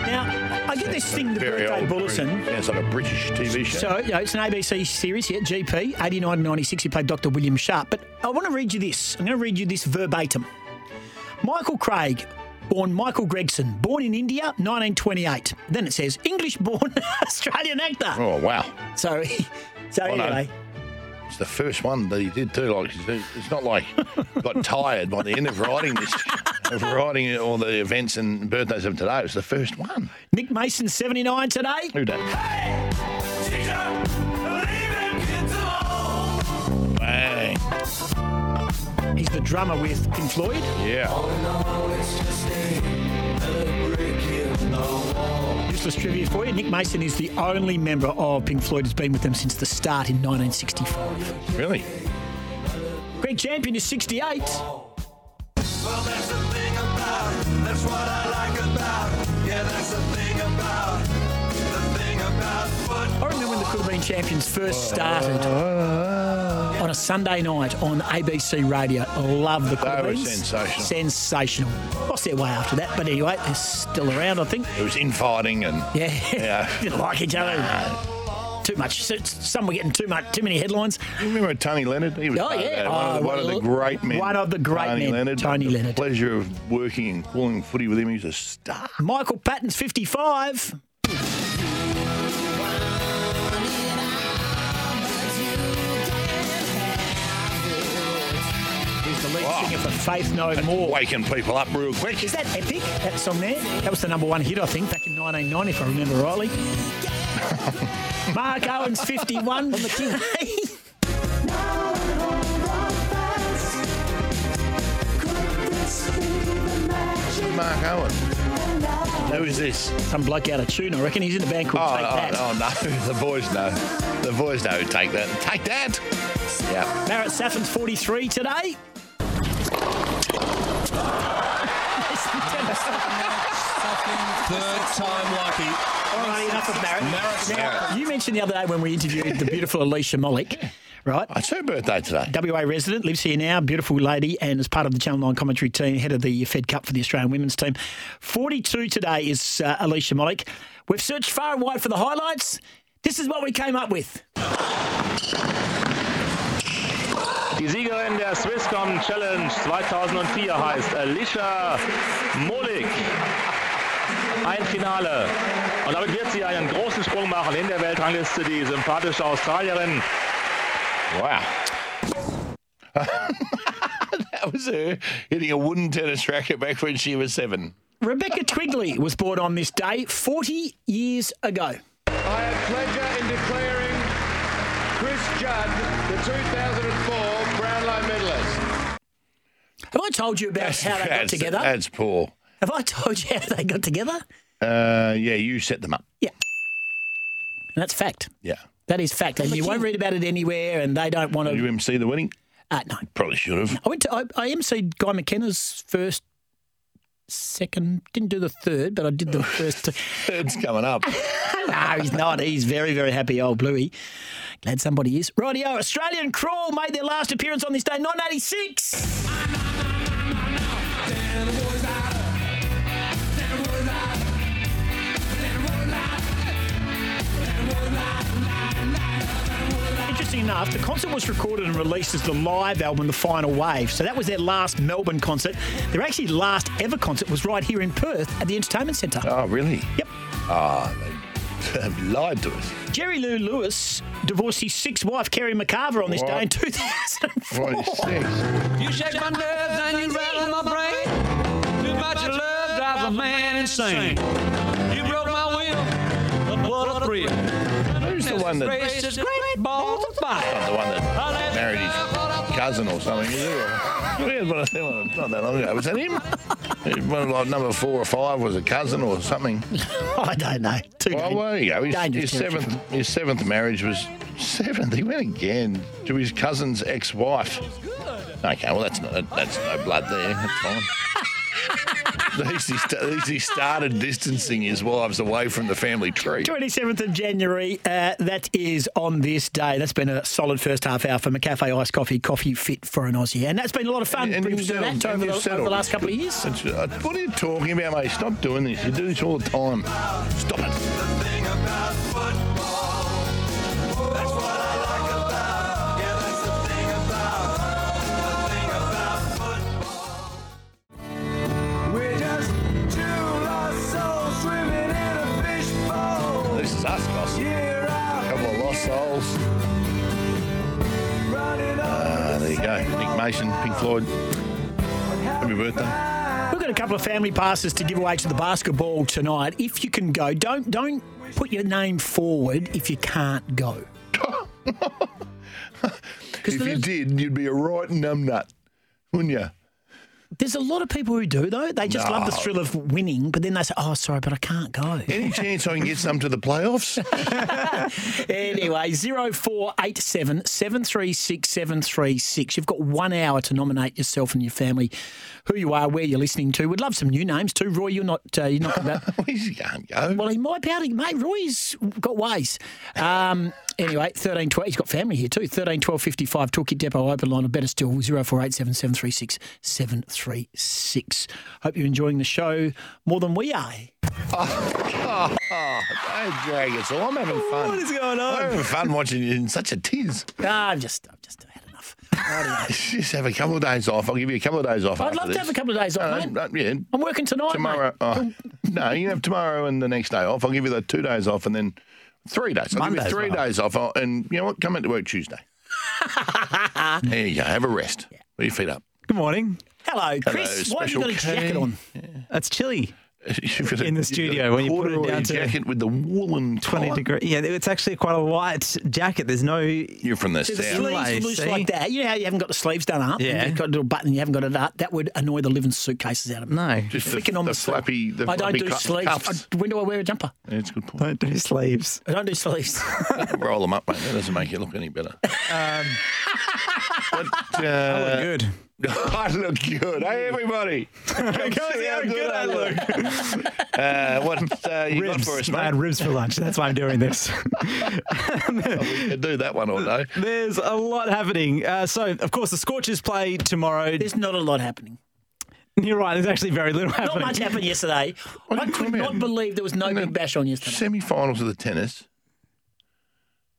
[SPEAKER 3] Now, I get this thing, the
[SPEAKER 4] Very
[SPEAKER 3] birthday
[SPEAKER 4] old.
[SPEAKER 3] bulletin.
[SPEAKER 4] Sounds like a British TV show.
[SPEAKER 3] So, you know, it's an ABC series here, GP, 89 96. He played Dr. William Sharp. But I want to read you this. I'm going to read you this verbatim. Michael Craig, born Michael Gregson, born in India, 1928. Then it says, English born Australian actor.
[SPEAKER 4] oh wow,
[SPEAKER 3] Sorry. So,
[SPEAKER 4] Oh, no.
[SPEAKER 3] anyway,
[SPEAKER 4] it's the first one that he did too. Like it's not like got tired by the end of writing this, of writing all the events and birthdays of today. It was the first one.
[SPEAKER 3] Nick Mason, 79 today.
[SPEAKER 4] Who dat? Bang.
[SPEAKER 3] He's the drummer with Pink Floyd.
[SPEAKER 4] Yeah.
[SPEAKER 3] Useless trivia for you. Nick Mason is the only member of Pink Floyd who's been with them since the start in 1964.
[SPEAKER 4] Really.
[SPEAKER 3] Greg Champion is 68. I remember when the Could Have Been Champions first
[SPEAKER 4] Oh.
[SPEAKER 3] started on a Sunday night on ABC Radio. I Love the Could Have
[SPEAKER 4] were
[SPEAKER 3] Beens.
[SPEAKER 4] sensational.
[SPEAKER 3] Sensational. Lost their way after that, but anyway, they're still around, I think.
[SPEAKER 4] It was infighting and
[SPEAKER 3] Yeah.
[SPEAKER 4] Yeah.
[SPEAKER 3] Didn't like each other. Too much. So it's- Some were getting too much, too many headlines.
[SPEAKER 4] You remember Tony Leonard? He was
[SPEAKER 3] Oh,
[SPEAKER 4] part of
[SPEAKER 3] yeah.
[SPEAKER 4] that. One, of the,
[SPEAKER 3] Oh,
[SPEAKER 4] one of the
[SPEAKER 3] well,
[SPEAKER 4] great men.
[SPEAKER 3] one of the great
[SPEAKER 4] Tony
[SPEAKER 3] men,
[SPEAKER 4] Leonard.
[SPEAKER 3] Tony
[SPEAKER 4] the
[SPEAKER 3] Leonard.
[SPEAKER 4] pleasure of working and calling footy with him. He's a star.
[SPEAKER 3] Michael Patton's 55. lead
[SPEAKER 4] Wow.
[SPEAKER 3] singer for Faith No More.
[SPEAKER 4] Waking people up real quick.
[SPEAKER 3] Is that epic? That song there? That was the number one hit, I think, back in 1990, if I remember rightly. Mark Owens, 51 on the king.
[SPEAKER 4] Mark Owen. Who is this?
[SPEAKER 3] Some bloke out of tune, I reckon. He's in a band called
[SPEAKER 4] Oh,
[SPEAKER 3] Take
[SPEAKER 4] oh,
[SPEAKER 3] That.
[SPEAKER 4] oh, no, the boys know. The boys know. who Take that. Take that. Yeah.
[SPEAKER 3] Barrett Saffin's 43 today.
[SPEAKER 6] Third time lucky.
[SPEAKER 3] All right, enough of Barrett.
[SPEAKER 6] Barrett's
[SPEAKER 3] Now, you mentioned the other day when we interviewed the beautiful Alicia Molik, right?
[SPEAKER 4] It's her birthday today.
[SPEAKER 3] WA resident, lives here now, beautiful lady, and is part of the Channel 9 commentary team, head of the Fed Cup for the Australian women's team. 42 today is uh, Alicia Molik. We've searched far and wide for the highlights. This is what we came up with.
[SPEAKER 7] Die Siegerin der Swisscom Challenge 2004 heißt Alicia Molik. Ein Finale. Und damit wird sie einen großen Sprung machen in der Weltrangliste, die sympathische Australierin.
[SPEAKER 4] Wow. that was her hitting a wooden tennis racket back when she was seven.
[SPEAKER 3] Rebecca Twigley was born on this day 40 years ago.
[SPEAKER 8] I have pleasure in declaring Chris Judd the 2004 Brownlow medalist.
[SPEAKER 3] Have I told you about how they got
[SPEAKER 4] That's-
[SPEAKER 3] together?
[SPEAKER 4] That's poor.
[SPEAKER 3] Have I told you how they got together?
[SPEAKER 4] Uh, yeah, you set them up.
[SPEAKER 3] And that's fact.
[SPEAKER 4] Yeah.
[SPEAKER 3] That is fact. And you won't read about it anywhere, and they don't want
[SPEAKER 4] You
[SPEAKER 3] to.
[SPEAKER 4] MC the winning?
[SPEAKER 3] Uh, no.
[SPEAKER 4] Probably should have.
[SPEAKER 3] I went to I, I emceed Guy McKenna's first, second. Didn't do the third, but I did the first. two.
[SPEAKER 4] It's coming up.
[SPEAKER 3] no, he's not. He's very, very happy, old Bluey. Glad somebody is. Rightio, Australian Crawl made their last appearance on this day, 1986. Interesting enough, the concert was recorded and released as the live album The Final Wave. So that was their last Melbourne concert. Their actually last ever concert was right here in Perth at the Entertainment Centre.
[SPEAKER 4] Oh, really?
[SPEAKER 3] Yep.
[SPEAKER 4] They've lied to us.
[SPEAKER 3] Jerry Lou Lewis divorced his sixth wife, Kerry McCarver, on this
[SPEAKER 4] What?
[SPEAKER 3] day in 2004.
[SPEAKER 4] 46.
[SPEAKER 6] You shake my nerves and you rattle my brain. Too much love drives a man insane. You broke my will, but what a thrill.
[SPEAKER 4] Who's the one that,
[SPEAKER 6] Grace is great balls of fire.
[SPEAKER 4] the one that married his cousin or something? Was it? We had one of them not that long ago. Was that him? It was One of like number four or five was a cousin or something.
[SPEAKER 3] I don't know. Too
[SPEAKER 4] Well,
[SPEAKER 3] good.
[SPEAKER 4] there you go. His,
[SPEAKER 3] Dangerous
[SPEAKER 4] his seventh, his seventh marriage was seventh. He went again to his cousin's ex-wife. Okay, well that's not, that's no blood there. That's fine. at, least he sta- at least he started distancing his wives away from the family tree.
[SPEAKER 3] 27th of January, uh, that is on this day. That's been a solid first half hour for McCafe Iced Coffee, coffee fit for an Aussie. And that's been a lot of fun bringing
[SPEAKER 4] you've
[SPEAKER 3] you
[SPEAKER 4] settled-
[SPEAKER 3] that
[SPEAKER 4] and
[SPEAKER 3] over
[SPEAKER 4] you've
[SPEAKER 3] the, over the
[SPEAKER 4] settled.
[SPEAKER 3] last couple of years.
[SPEAKER 4] It's- uh, What are you talking about, mate? Stop doing this. You do this all the time. Stop it. This is us, boss. Couple of lost souls. Uh, there you go. Nick Mason, Pink Floyd. Happy birthday.
[SPEAKER 3] We've got a couple of family passes to give away to the basketball tonight. If you can go, don't don't put your name forward if you can't go. Because
[SPEAKER 4] If you did, you'd be a right numbnut, wouldn't you?
[SPEAKER 3] There's a lot of people who do though. They just love the
[SPEAKER 4] No.
[SPEAKER 3] thrill of winning, but then they say, "Oh, sorry, but I can't go."
[SPEAKER 4] Any chance I can get some to the playoffs?
[SPEAKER 3] anyway, zero four eight seven seven three six seven three six. You've got one hour to nominate yourself and your family, who you are, where you're listening to. We'd love some new names too. Roy, you're not uh, you're not about.
[SPEAKER 4] we can't go.
[SPEAKER 3] Well, he might be able to, mate. Roy's got ways. Um, anyway, 13, 12, he's got family here too. 13, 12, 55, Toolkit Depot, open line, or better still, 0487 736 736. Hope you're enjoying the show more than we are.
[SPEAKER 4] Oh, don't drag us all. I'm having fun. What is going on? I'm having fun watching you in such a tiz.
[SPEAKER 3] Ah, I've just, I've just had enough. Rightio.
[SPEAKER 4] Just have a couple of days off. I'll give you a couple of days off.
[SPEAKER 3] I'd
[SPEAKER 4] after
[SPEAKER 3] love
[SPEAKER 4] this.
[SPEAKER 3] to have a couple of days off,
[SPEAKER 4] No,
[SPEAKER 3] mate.
[SPEAKER 4] no, yeah,
[SPEAKER 3] I'm working tonight.
[SPEAKER 4] tomorrow.
[SPEAKER 3] Mate.
[SPEAKER 4] oh, no, you have tomorrow and the next day off. I'll give you the two days off and then three days. I'll give
[SPEAKER 3] Monday's
[SPEAKER 4] you three
[SPEAKER 3] right.
[SPEAKER 4] days off. I'll- and you know what? Come into work Tuesday. there you go. Have a rest. Put your feet up.
[SPEAKER 9] Good morning.
[SPEAKER 3] Hello, Chris. Why have you got a
[SPEAKER 4] Special K.
[SPEAKER 3] jacket on?
[SPEAKER 9] It's chilly.
[SPEAKER 4] You've got a-
[SPEAKER 9] In the
[SPEAKER 4] you've got a
[SPEAKER 9] studio, when you put it
[SPEAKER 4] corduroy
[SPEAKER 9] down to-
[SPEAKER 4] jacket with the woolen
[SPEAKER 9] 20
[SPEAKER 4] collar.
[SPEAKER 9] degree. Yeah, it's actually quite a light jacket. There's no.
[SPEAKER 4] You're from the
[SPEAKER 3] So the
[SPEAKER 4] south.
[SPEAKER 3] sleeves
[SPEAKER 9] Inlay,
[SPEAKER 3] loose
[SPEAKER 9] see?
[SPEAKER 3] like that. You know how you haven't got the sleeves done up? and
[SPEAKER 9] Yeah.
[SPEAKER 3] You've got a little button, you haven't got it up. That would annoy the living suitcases out of me.
[SPEAKER 9] No.
[SPEAKER 4] Just the,
[SPEAKER 3] Flicking
[SPEAKER 4] the,
[SPEAKER 3] on the, sleeve.
[SPEAKER 4] flappy. The
[SPEAKER 3] I don't
[SPEAKER 4] flappy
[SPEAKER 3] do
[SPEAKER 4] cu-
[SPEAKER 3] sleeves.
[SPEAKER 4] cuffs.
[SPEAKER 3] I, when do I wear a jumper?
[SPEAKER 4] Yeah, it's a good point.
[SPEAKER 9] Don't do sleeves.
[SPEAKER 3] I don't do sleeves.
[SPEAKER 4] Roll them up, mate. That doesn't make you look any better.
[SPEAKER 9] Um,
[SPEAKER 4] but,
[SPEAKER 9] Oh,
[SPEAKER 4] uh,
[SPEAKER 9] good.
[SPEAKER 4] I look good. Hey, everybody. Come see how good I look. Uh, what uh, you got
[SPEAKER 9] Ribs.
[SPEAKER 4] for us,
[SPEAKER 9] I had
[SPEAKER 4] mate?
[SPEAKER 9] ribs for lunch. That's why I'm doing this.
[SPEAKER 4] We could do that one all day.
[SPEAKER 9] There's a lot happening. Uh, so, of course, the Scorchers play tomorrow.
[SPEAKER 3] There's not a lot happening.
[SPEAKER 9] You're right. There's actually very little happening.
[SPEAKER 3] Not much happened yesterday. I
[SPEAKER 4] come
[SPEAKER 3] could not
[SPEAKER 4] in.
[SPEAKER 3] believe there was no big bash on yesterday.
[SPEAKER 4] Semi-finals of the tennis,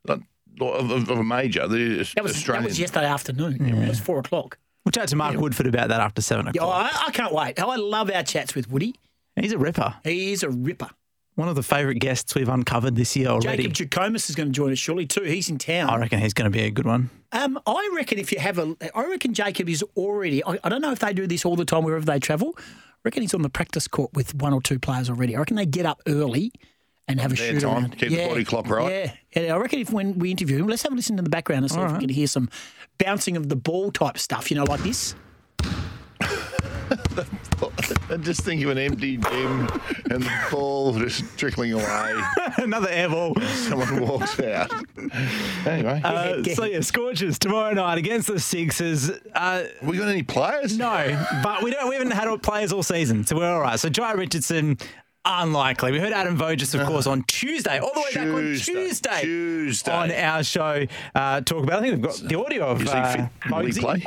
[SPEAKER 4] like, of, of, of a major. The
[SPEAKER 3] That was, that
[SPEAKER 4] Australian.
[SPEAKER 3] was yesterday afternoon. It was four o'clock.
[SPEAKER 9] We'll chat to Mark Woodford about that after seven
[SPEAKER 3] Yeah,
[SPEAKER 9] o'clock.
[SPEAKER 3] I, I can't wait. I love our chats with Woody.
[SPEAKER 9] He's a ripper.
[SPEAKER 3] He is a ripper.
[SPEAKER 9] One of the favourite guests we've uncovered this year already.
[SPEAKER 3] Jacob Jacomus is going to join us surely too. He's in town.
[SPEAKER 9] I reckon he's going to be a good one.
[SPEAKER 3] Um, I reckon if you have a, I reckon Jacob is already. I, I don't know if they do this all the time wherever they travel. I reckon he's on the practice court with one or two players already. I reckon they get up early and have a
[SPEAKER 4] Their
[SPEAKER 3] shoot
[SPEAKER 4] time,
[SPEAKER 3] around.
[SPEAKER 4] keep the body clock right.
[SPEAKER 3] Yeah, yeah. I reckon if when we interview him, let's have a listen to the background and see if we can hear some bouncing of the ball type stuff. You know, like this.
[SPEAKER 4] I just think of an empty gym and the ball just trickling away.
[SPEAKER 9] Another air ball.
[SPEAKER 4] Someone walks out. Anyway,
[SPEAKER 9] Uh, so yeah, Scorchers tomorrow night against the Sixers. Uh,
[SPEAKER 4] have we got any players?
[SPEAKER 9] no, but we don't. We haven't had all players all season, so we're all right. So Jai Richardson, unlikely. We heard Adam Voges, of course, on Tuesday, all the way back on
[SPEAKER 4] Tuesday,
[SPEAKER 9] Tuesday,
[SPEAKER 4] Tuesday.
[SPEAKER 9] on our show. Uh, talk about. I think we've got the audio of
[SPEAKER 4] Is he
[SPEAKER 9] uh,
[SPEAKER 4] fit? Will he
[SPEAKER 9] Vogesy.
[SPEAKER 4] play?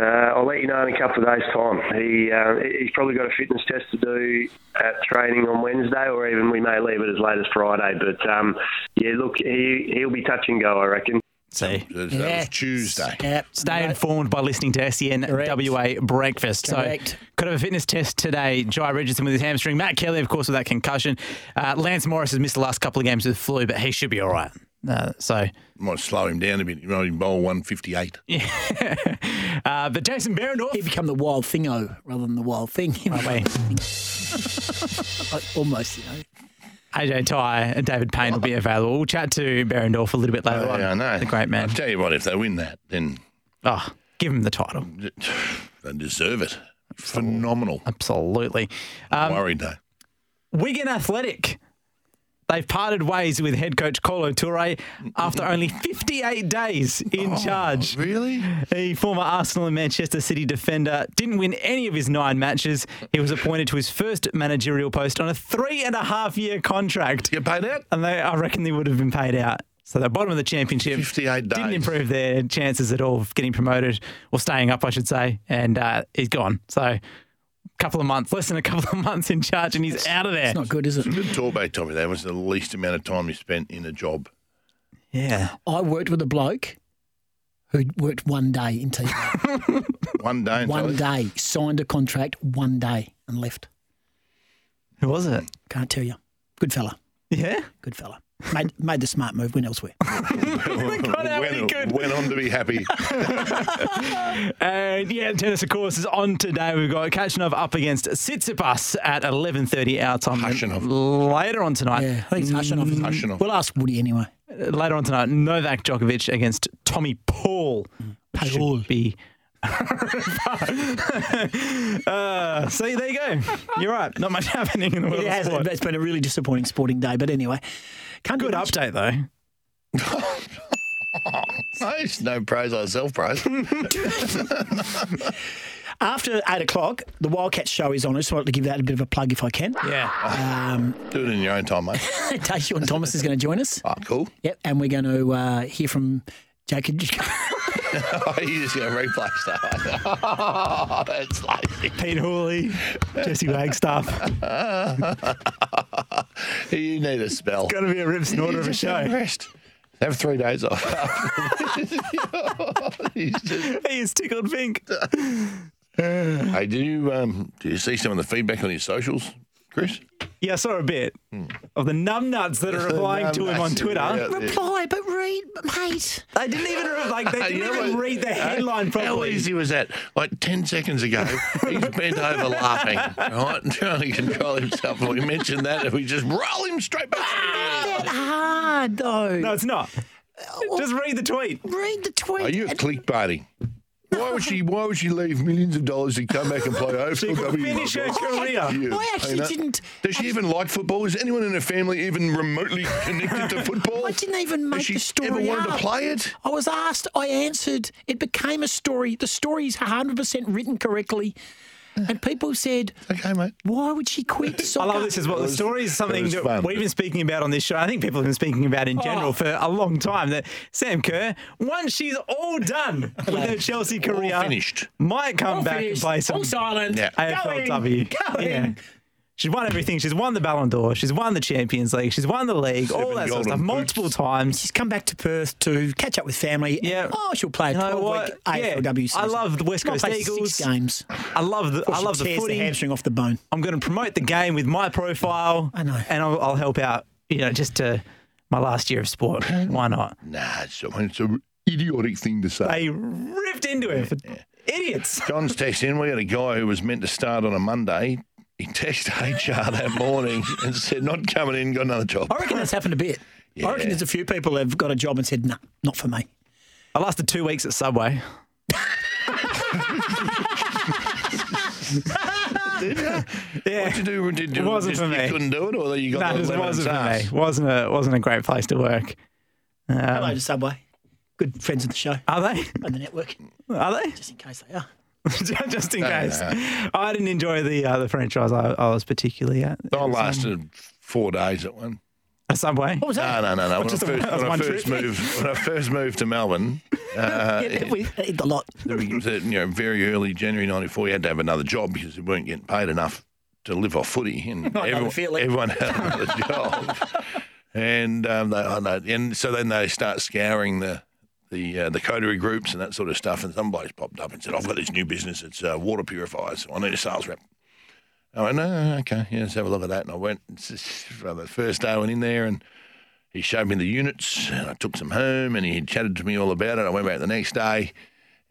[SPEAKER 8] Uh, I'll let you know in a couple of days' time. He uh, he's probably got a fitness test to do at training on Wednesday, or even we may leave it as late as Friday. But um, yeah, look, he he'll be touch and go, I reckon.
[SPEAKER 9] See.
[SPEAKER 4] That
[SPEAKER 3] Yeah.
[SPEAKER 4] was Tuesday.
[SPEAKER 3] Yeah.
[SPEAKER 9] Stay informed by listening to E SEN WA Breakfast.
[SPEAKER 3] Correct.
[SPEAKER 9] So, could have a fitness test today. Jai Richardson with his hamstring. Matt Kelly, of course, with that concussion. Uh, Lance Morris has missed the last couple of games with the flu, but he should be all right. Uh, so,
[SPEAKER 4] Might slow him down a bit. He might even bowl 158.
[SPEAKER 9] uh, but Jason Berendorf.
[SPEAKER 3] He become the wild thingo rather than the wild thing.
[SPEAKER 9] Right,
[SPEAKER 3] Like, Almost, you know.
[SPEAKER 9] AJ Ty and David Payne will be available. We'll chat to Berendorf a little bit later on.
[SPEAKER 4] Oh, yeah, I know.
[SPEAKER 9] The great man.
[SPEAKER 4] I'll tell you what, if they win that, then
[SPEAKER 9] Oh, give him the title.
[SPEAKER 4] they deserve it. Phenomenal.
[SPEAKER 9] Absolutely. Um,
[SPEAKER 4] Worried though.
[SPEAKER 9] Wigan Athletic. They've parted ways with head coach Colo Toure after only 58 days
[SPEAKER 4] Oh,
[SPEAKER 9] in charge.
[SPEAKER 4] Really?
[SPEAKER 9] The former Arsenal and Manchester City defender didn't win any of his nine matches. He was appointed to his first managerial post on a three and a half year contract,
[SPEAKER 4] Get paid out?
[SPEAKER 9] and they, I reckon they would have been paid out. So they're bottom of the championship.
[SPEAKER 4] 58 days.
[SPEAKER 9] Didn't improve their chances at all of getting promoted or staying up, I should say. And uh, he's gone. So a couple of months, less than a couple of months in charge, and he's out of there.
[SPEAKER 3] It's not good, is it?
[SPEAKER 4] Good talkback, Tommy. That was the least amount of time you spent in a job.
[SPEAKER 9] yeah.
[SPEAKER 3] I worked with a bloke who worked one day in TV.
[SPEAKER 4] One day. and
[SPEAKER 3] one
[SPEAKER 4] so-
[SPEAKER 3] day, signed a contract one day and left.
[SPEAKER 9] Who was it?
[SPEAKER 3] Can't tell you. Good fella.
[SPEAKER 9] Yeah.
[SPEAKER 3] Good fella. Made, made the smart move, went elsewhere.
[SPEAKER 9] many
[SPEAKER 4] went,
[SPEAKER 9] good-
[SPEAKER 4] went on to be happy.
[SPEAKER 9] And yeah, tennis of course is on today. We've got Kachanov up against Tsitsipas at eleven thirty our time.
[SPEAKER 4] Khachanov.
[SPEAKER 9] Later on tonight. uh,
[SPEAKER 3] Yeah, I think it's Hushinov.
[SPEAKER 4] Hushinov.
[SPEAKER 3] We'll ask Woody anyway.
[SPEAKER 9] Later on tonight, Novak Djokovic against Tommy Paul. Which should
[SPEAKER 3] Paul.
[SPEAKER 9] be. uh, see, there you go. You're right. Not much happening in the world.
[SPEAKER 3] It
[SPEAKER 9] of
[SPEAKER 3] has,
[SPEAKER 9] sport.
[SPEAKER 3] it's been a really disappointing sporting day, but anyway. Can't do
[SPEAKER 9] Good
[SPEAKER 3] much.
[SPEAKER 9] update though.
[SPEAKER 4] no, it's no praise, I self praise.
[SPEAKER 3] After eight o'clock, the Wildcats show is on. I just wanted to give that a bit of a plug if I can.
[SPEAKER 9] Yeah.
[SPEAKER 4] Do it in your own time, mate.
[SPEAKER 3] Tayshaun Thomas is going to join us.
[SPEAKER 4] Oh, cool.
[SPEAKER 3] Yep, and we're going to uh, hear from Jacob.
[SPEAKER 4] you just going to replay stuff. that's lazy.
[SPEAKER 9] Pete Hawley, Jesse Wagstaff.
[SPEAKER 4] You need a spell.
[SPEAKER 9] Going to be a rip snorter of a show.
[SPEAKER 4] Rest. Have three days off. He's just-
[SPEAKER 9] He is tickled pink.
[SPEAKER 4] hey, did you um, did you see some of the feedback on your socials? Chris?
[SPEAKER 9] Yeah, I saw a bit of the numbnuts that are replying to him on
[SPEAKER 4] Hmm. numbnuts,
[SPEAKER 9] Twitter.
[SPEAKER 4] yeah, yeah.
[SPEAKER 9] Reply, but read, mate. They didn't even re- like they
[SPEAKER 4] You
[SPEAKER 9] didn't
[SPEAKER 4] know
[SPEAKER 9] even
[SPEAKER 4] what?
[SPEAKER 9] read the
[SPEAKER 4] Hey,
[SPEAKER 9] headline
[SPEAKER 4] How
[SPEAKER 9] properly.
[SPEAKER 4] easy was that? Like 10 seconds ago, he's bent over laughing, right? And trying to control himself. We mentioned that and we just roll him straight back. to the beginning.
[SPEAKER 9] hard though. No, it's not. Just read the tweet. Read the tweet.
[SPEAKER 4] Are you clickbaiting? Why would she? Why would she leave millions of dollars to come back and play AFL?
[SPEAKER 9] She could finish her career.
[SPEAKER 4] You
[SPEAKER 3] I actually
[SPEAKER 4] peanut.
[SPEAKER 3] didn't-
[SPEAKER 4] Does she even like football? Is anyone in her family even remotely connected to football?
[SPEAKER 3] I didn't even make
[SPEAKER 4] Has she
[SPEAKER 3] the story
[SPEAKER 4] ever wanted to
[SPEAKER 3] up.
[SPEAKER 4] play it?
[SPEAKER 3] I was asked, I answered. It became a story. The story is 100% written correctly. And people said,
[SPEAKER 4] Okay, mate.
[SPEAKER 3] why would she quit
[SPEAKER 9] I
[SPEAKER 3] soccer?
[SPEAKER 9] love this as well. The
[SPEAKER 4] was-
[SPEAKER 9] story is
[SPEAKER 4] it
[SPEAKER 9] something
[SPEAKER 4] was
[SPEAKER 9] that
[SPEAKER 4] fun.
[SPEAKER 9] we've been speaking about on this show. I think people have been speaking about in general
[SPEAKER 3] Oh.
[SPEAKER 9] for a long time. That Sam Kerr, once she's all done with her Chelsea career,
[SPEAKER 4] finished.
[SPEAKER 9] might come
[SPEAKER 3] All
[SPEAKER 9] back and
[SPEAKER 3] finished,
[SPEAKER 9] play some
[SPEAKER 3] all silent.
[SPEAKER 4] Yeah.
[SPEAKER 9] AFLW.
[SPEAKER 3] going.
[SPEAKER 9] Yeah. She's won everything. She's won the Ballon d'Or. She's won the Champions League. She's won the league. all
[SPEAKER 4] Seven
[SPEAKER 9] that sort of
[SPEAKER 4] golden
[SPEAKER 9] stuff multiple
[SPEAKER 4] boots.
[SPEAKER 9] times.
[SPEAKER 3] She's come back to Perth to catch up with family. and,
[SPEAKER 9] Yeah.
[SPEAKER 3] Oh, she'll play a
[SPEAKER 9] You know
[SPEAKER 3] 12
[SPEAKER 9] what?
[SPEAKER 3] week AFLW
[SPEAKER 9] Yeah.
[SPEAKER 3] season.
[SPEAKER 9] I love the West
[SPEAKER 3] She might
[SPEAKER 9] Coast
[SPEAKER 3] play
[SPEAKER 9] Eagles.
[SPEAKER 3] Six games.
[SPEAKER 9] I love the I
[SPEAKER 3] She
[SPEAKER 9] love the
[SPEAKER 3] tears
[SPEAKER 9] footy.
[SPEAKER 3] the hamstring off the bone.
[SPEAKER 9] I'm going to promote the game with my profile.
[SPEAKER 3] I know.
[SPEAKER 9] And I'll, I'll help out, you know, just to my last year of sport. Why not?
[SPEAKER 4] Nah, it's, it's an idiotic thing to say.
[SPEAKER 9] They ripped into him. for Idiots.
[SPEAKER 4] John's text in. We had a guy who was meant to start on a Monday. He texted HR that morning and said, "Not coming in. Got another job."
[SPEAKER 3] I reckon that's happened a bit. I
[SPEAKER 4] Yeah.
[SPEAKER 3] reckon there's a few people have got a job and said, no, not for me.
[SPEAKER 9] I lasted two weeks at Subway. yeah.
[SPEAKER 4] What did you do? Did you,
[SPEAKER 9] It wasn't
[SPEAKER 4] just-
[SPEAKER 9] for
[SPEAKER 4] You
[SPEAKER 9] me.
[SPEAKER 4] couldn't do it, or you got
[SPEAKER 9] No,
[SPEAKER 4] the
[SPEAKER 9] it just
[SPEAKER 4] lemon
[SPEAKER 9] wasn't for
[SPEAKER 4] tarts?
[SPEAKER 9] me. wasn't a wasn't a great place to work. Um,
[SPEAKER 3] Hello to Subway. Good friends of the show
[SPEAKER 9] Are they?
[SPEAKER 3] and the network,
[SPEAKER 9] Are they?
[SPEAKER 3] just in case they are.
[SPEAKER 9] Just in
[SPEAKER 4] No,
[SPEAKER 9] case.
[SPEAKER 4] no.
[SPEAKER 9] I didn't enjoy the uh, the franchise I, I was um, particularly at.
[SPEAKER 4] I lasted four days at one.
[SPEAKER 9] A Subway.
[SPEAKER 3] What was
[SPEAKER 4] No,
[SPEAKER 3] that?
[SPEAKER 4] no, no, no. When I
[SPEAKER 9] Just a-
[SPEAKER 4] first,
[SPEAKER 9] that was
[SPEAKER 4] when I
[SPEAKER 9] one
[SPEAKER 4] first
[SPEAKER 9] trip.
[SPEAKER 4] moved, when I first moved to Melbourne, uh,
[SPEAKER 3] Yeah,
[SPEAKER 4] it-
[SPEAKER 3] we eat a lot.
[SPEAKER 4] it was, uh, you know, very early January '94, you had to have another job because you weren't getting paid enough to live off footy, and
[SPEAKER 3] the
[SPEAKER 4] everyone,
[SPEAKER 3] feeling.
[SPEAKER 4] everyone had another job. And um, they, I know, and so then they start scouring the the uh, the coterie groups and that sort of stuff. And somebody's popped up and said, "I've got this new business. It's uh, water purifiers. I need a sales rep." I went, "Oh, okay, yeah, let's have a look at that." And I went. It's just- well, the first day I went in there and. He showed me the units and I took some home and he chatted to me all about it. I went back the next day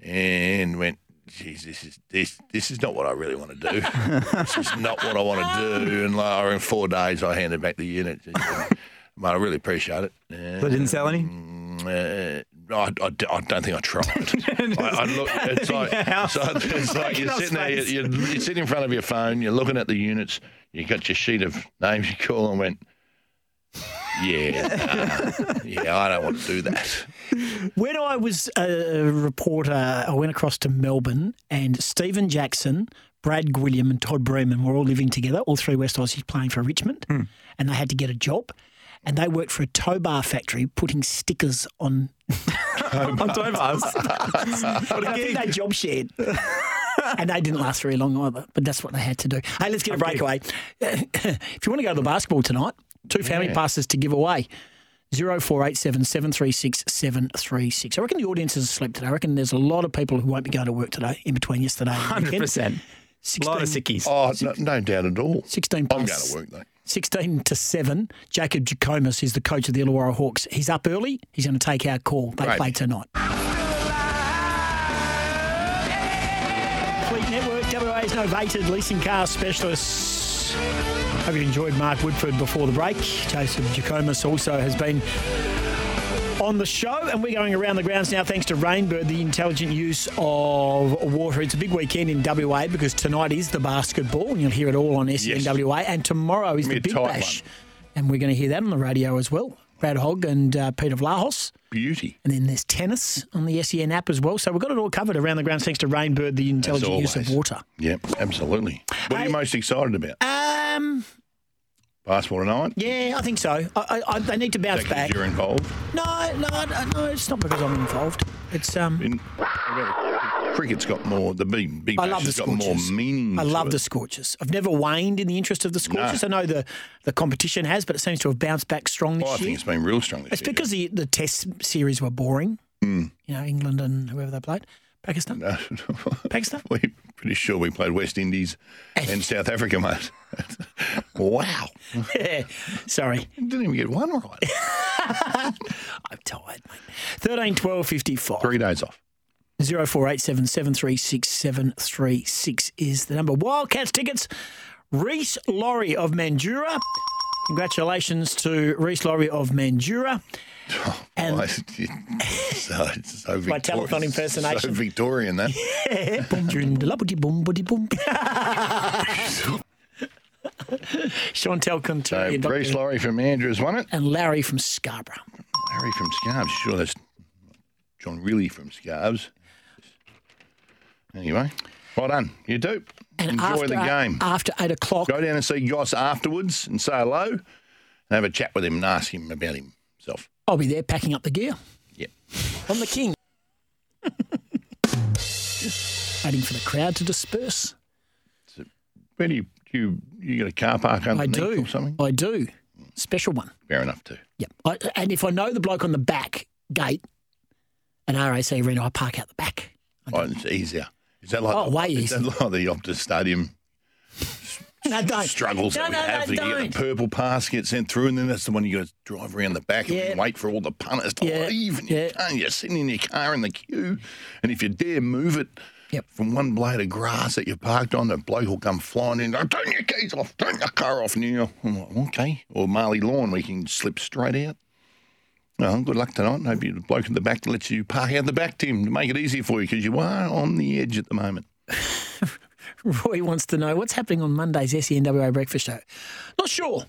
[SPEAKER 4] and went, "Geez, this is this this is not what I really want to do. this is not what I want to do." And like, in four days, I handed back the unit. And, uh, Mate, I really appreciate it.
[SPEAKER 9] They didn't sell any.
[SPEAKER 4] Uh, I, I d- I don't think I tried. I, I look, it's like,
[SPEAKER 9] Yeah.
[SPEAKER 4] so it's like you're
[SPEAKER 9] Enough
[SPEAKER 4] sitting there,
[SPEAKER 9] space.
[SPEAKER 4] you're, you're sitting in front of your phone, you're looking at the units, you got your sheet of names, you call and went, yeah, nah, yeah, I don't want to do that.
[SPEAKER 3] When I was a reporter, I went across to Melbourne and Stephen Jackson, Brad Gwilliam, and Todd Breman were all living together, all three West Aussies playing for Richmond, and they had to get a job. And they worked for a tow bar factory putting stickers on.
[SPEAKER 9] On Tobars.
[SPEAKER 3] And I think they job shared. and they didn't last very long either, but that's what they had to do. Hey, let's get a breakaway. if you want to go to the basketball tonight, two family passes to give away. 0487 736 736. I reckon the audience is asleep today. I reckon there's a lot of people who won't be going to work today in between yesterday and the
[SPEAKER 9] Hundred
[SPEAKER 3] weekend.
[SPEAKER 9] percent. A
[SPEAKER 3] 16,
[SPEAKER 9] lot of sickies.
[SPEAKER 4] Oh, no, no doubt at all.
[SPEAKER 3] 16
[SPEAKER 4] I'm going
[SPEAKER 3] plus-
[SPEAKER 4] to work though.
[SPEAKER 3] 16 to 7. Jacob Jacomus is the coach of the Illawarra Hawks. He's up early. He's going to take our call. They
[SPEAKER 4] Right.
[SPEAKER 3] play tonight. Fleet Network, WA's novated leasing car specialists. Hope you enjoyed Mark Woodford before the break. Jason Jacomus also has been on the show, and we're going around the grounds now thanks to Rainbird, the intelligent use of water. It's a big weekend in WA because tonight is the basketball, and you'll hear it all on SNWA, and tomorrow is the
[SPEAKER 4] Give me
[SPEAKER 3] Big
[SPEAKER 4] a tight
[SPEAKER 3] Bash. And we're going to hear that on the radio as well. Brad Hogg and uh, Peter Vlahos.
[SPEAKER 4] Beauty.
[SPEAKER 3] And then there's tennis on the SEN app as well. So we've got it all covered around the grounds thanks to Rainbird, the intelligent use of
[SPEAKER 4] always.
[SPEAKER 3] water.
[SPEAKER 4] Yep, absolutely. What are you
[SPEAKER 3] Hey.
[SPEAKER 4] most excited about?
[SPEAKER 3] Um,
[SPEAKER 4] Basketball tonight?
[SPEAKER 3] yeah, I think so. I, I, I, they need to bounce
[SPEAKER 4] Is that 'cause
[SPEAKER 3] back.
[SPEAKER 4] you're involved?
[SPEAKER 3] No, no, I- no, it's not because I'm involved. It's um,
[SPEAKER 4] In, cricket's got more, the big, big
[SPEAKER 3] I love the
[SPEAKER 4] has got more
[SPEAKER 3] scorches.
[SPEAKER 4] meaning.
[SPEAKER 3] I
[SPEAKER 4] to
[SPEAKER 3] love
[SPEAKER 4] it.
[SPEAKER 3] the scorches. I've never waned in the interest of the scorches. I know the, the competition has, but it seems to have bounced back strong this
[SPEAKER 4] Oh, I think
[SPEAKER 3] year.
[SPEAKER 4] it's been real strong this
[SPEAKER 3] It's
[SPEAKER 4] year.
[SPEAKER 3] because the, the test series were boring.
[SPEAKER 4] Hmm.
[SPEAKER 3] You know, England and whoever they played. Pakistan?
[SPEAKER 4] No.
[SPEAKER 3] Pakistan?
[SPEAKER 4] We're pretty sure we played West Indies and South Africa, mate. Wow.
[SPEAKER 3] Yeah. Sorry.
[SPEAKER 4] Didn't even get one right.
[SPEAKER 3] I'm tired, mate. 13 12 55.
[SPEAKER 4] Three days off.
[SPEAKER 3] 0487 736 736 is the number. Wildcats tickets. Reese Laurie of Mandura. Congratulations to Reese Laurie of Mandura.
[SPEAKER 4] Oh, and my, so, uh, so
[SPEAKER 3] my telethon impersonation.
[SPEAKER 4] So Victorian, that.
[SPEAKER 3] Yeah. Chantel Conturi.
[SPEAKER 4] So Reese Uh, Laurie from Andrews won it.
[SPEAKER 3] And Larry from Scarborough.
[SPEAKER 4] Larry from Scarves. Sure, that's John Really from Scarves. Anyway, well done. You do.
[SPEAKER 3] And
[SPEAKER 4] Enjoy
[SPEAKER 3] after,
[SPEAKER 4] the game.
[SPEAKER 3] After eight o'clock.
[SPEAKER 4] Go down and see Goss afterwards and say hello and have a chat with him and ask him about himself.
[SPEAKER 3] I'll be there packing up the gear.
[SPEAKER 4] Yep.
[SPEAKER 3] I'm the king. Waiting for the crowd to disperse.
[SPEAKER 4] So, where do you, you, you got a car park
[SPEAKER 3] I
[SPEAKER 4] underneath
[SPEAKER 3] do.
[SPEAKER 4] or something?
[SPEAKER 3] I do. Special one.
[SPEAKER 4] Fair enough, too.
[SPEAKER 3] Yep. I, and if I know the bloke on the back gate, an RAC arena, I park out the back.
[SPEAKER 4] Oh, it's easier. Is that like
[SPEAKER 3] Oh,
[SPEAKER 4] the,
[SPEAKER 3] way
[SPEAKER 4] is that like the Optus Stadium
[SPEAKER 3] No, don't.
[SPEAKER 4] struggles
[SPEAKER 3] No,
[SPEAKER 4] that we
[SPEAKER 3] no, no,
[SPEAKER 4] have? that you get
[SPEAKER 3] don't.
[SPEAKER 4] the purple pass get sent through, and then that's the one you got to drive around the back
[SPEAKER 3] Yeah.
[SPEAKER 4] and wait for all the punters to
[SPEAKER 3] Yeah,
[SPEAKER 4] leave. And you
[SPEAKER 3] yeah.
[SPEAKER 4] can't. You're sitting in your car in the queue, and if you dare move it
[SPEAKER 3] Yep.
[SPEAKER 4] from one blade of grass that you're parked on, the bloke will come flying in. "Oh, turn your keys off. Turn your car off now. I'm like, okay. Or Marley Lawn, we can slip straight out. Well, good luck tonight. and Hope you, the bloke in the back lets you park out the back, Tim, to make it easier for you because you are on the edge at the moment.
[SPEAKER 3] Roy wants to know what's happening on Monday's E SENWA breakfast show. Not sure.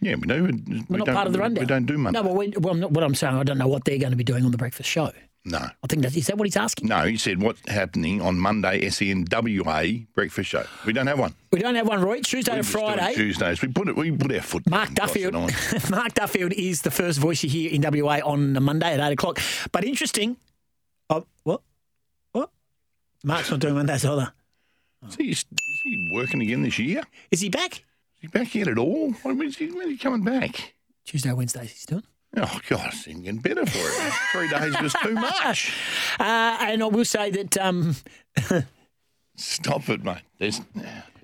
[SPEAKER 4] Yeah, we know. We,
[SPEAKER 3] We're
[SPEAKER 4] we
[SPEAKER 3] not
[SPEAKER 4] don't-
[SPEAKER 3] part of the rundown.
[SPEAKER 4] We don't do Monday.
[SPEAKER 3] No, but we, well, I'm not, what I'm saying, I don't know what they're going to be doing on the breakfast show.
[SPEAKER 4] No.
[SPEAKER 3] I think that is that what he's asking.
[SPEAKER 4] No, he said what's happening on Monday E SENWA breakfast show. We don't have one.
[SPEAKER 3] We don't have one, Roy. Tuesday
[SPEAKER 4] We're
[SPEAKER 3] to
[SPEAKER 4] just doing
[SPEAKER 3] Friday.
[SPEAKER 4] Tuesdays. We put it we put our foot
[SPEAKER 3] Mark
[SPEAKER 4] down, boss,
[SPEAKER 3] Duffield.
[SPEAKER 4] and
[SPEAKER 3] Mark Duffield is the first voice you hear in WA on a Monday at eight o'clock. But interesting. Oh, what? What? Mark's not doing Mondays either.
[SPEAKER 4] I. Is he, is he working again this year? Is
[SPEAKER 3] Is he back?
[SPEAKER 4] he back yet at all? When is he, when is he coming back?
[SPEAKER 3] Tuesday, Wednesdays, he's doing.
[SPEAKER 4] Oh, God, it's even getting better for it. Three days was too much.
[SPEAKER 3] Uh, and I will say that um,
[SPEAKER 4] Stop it, mate. There's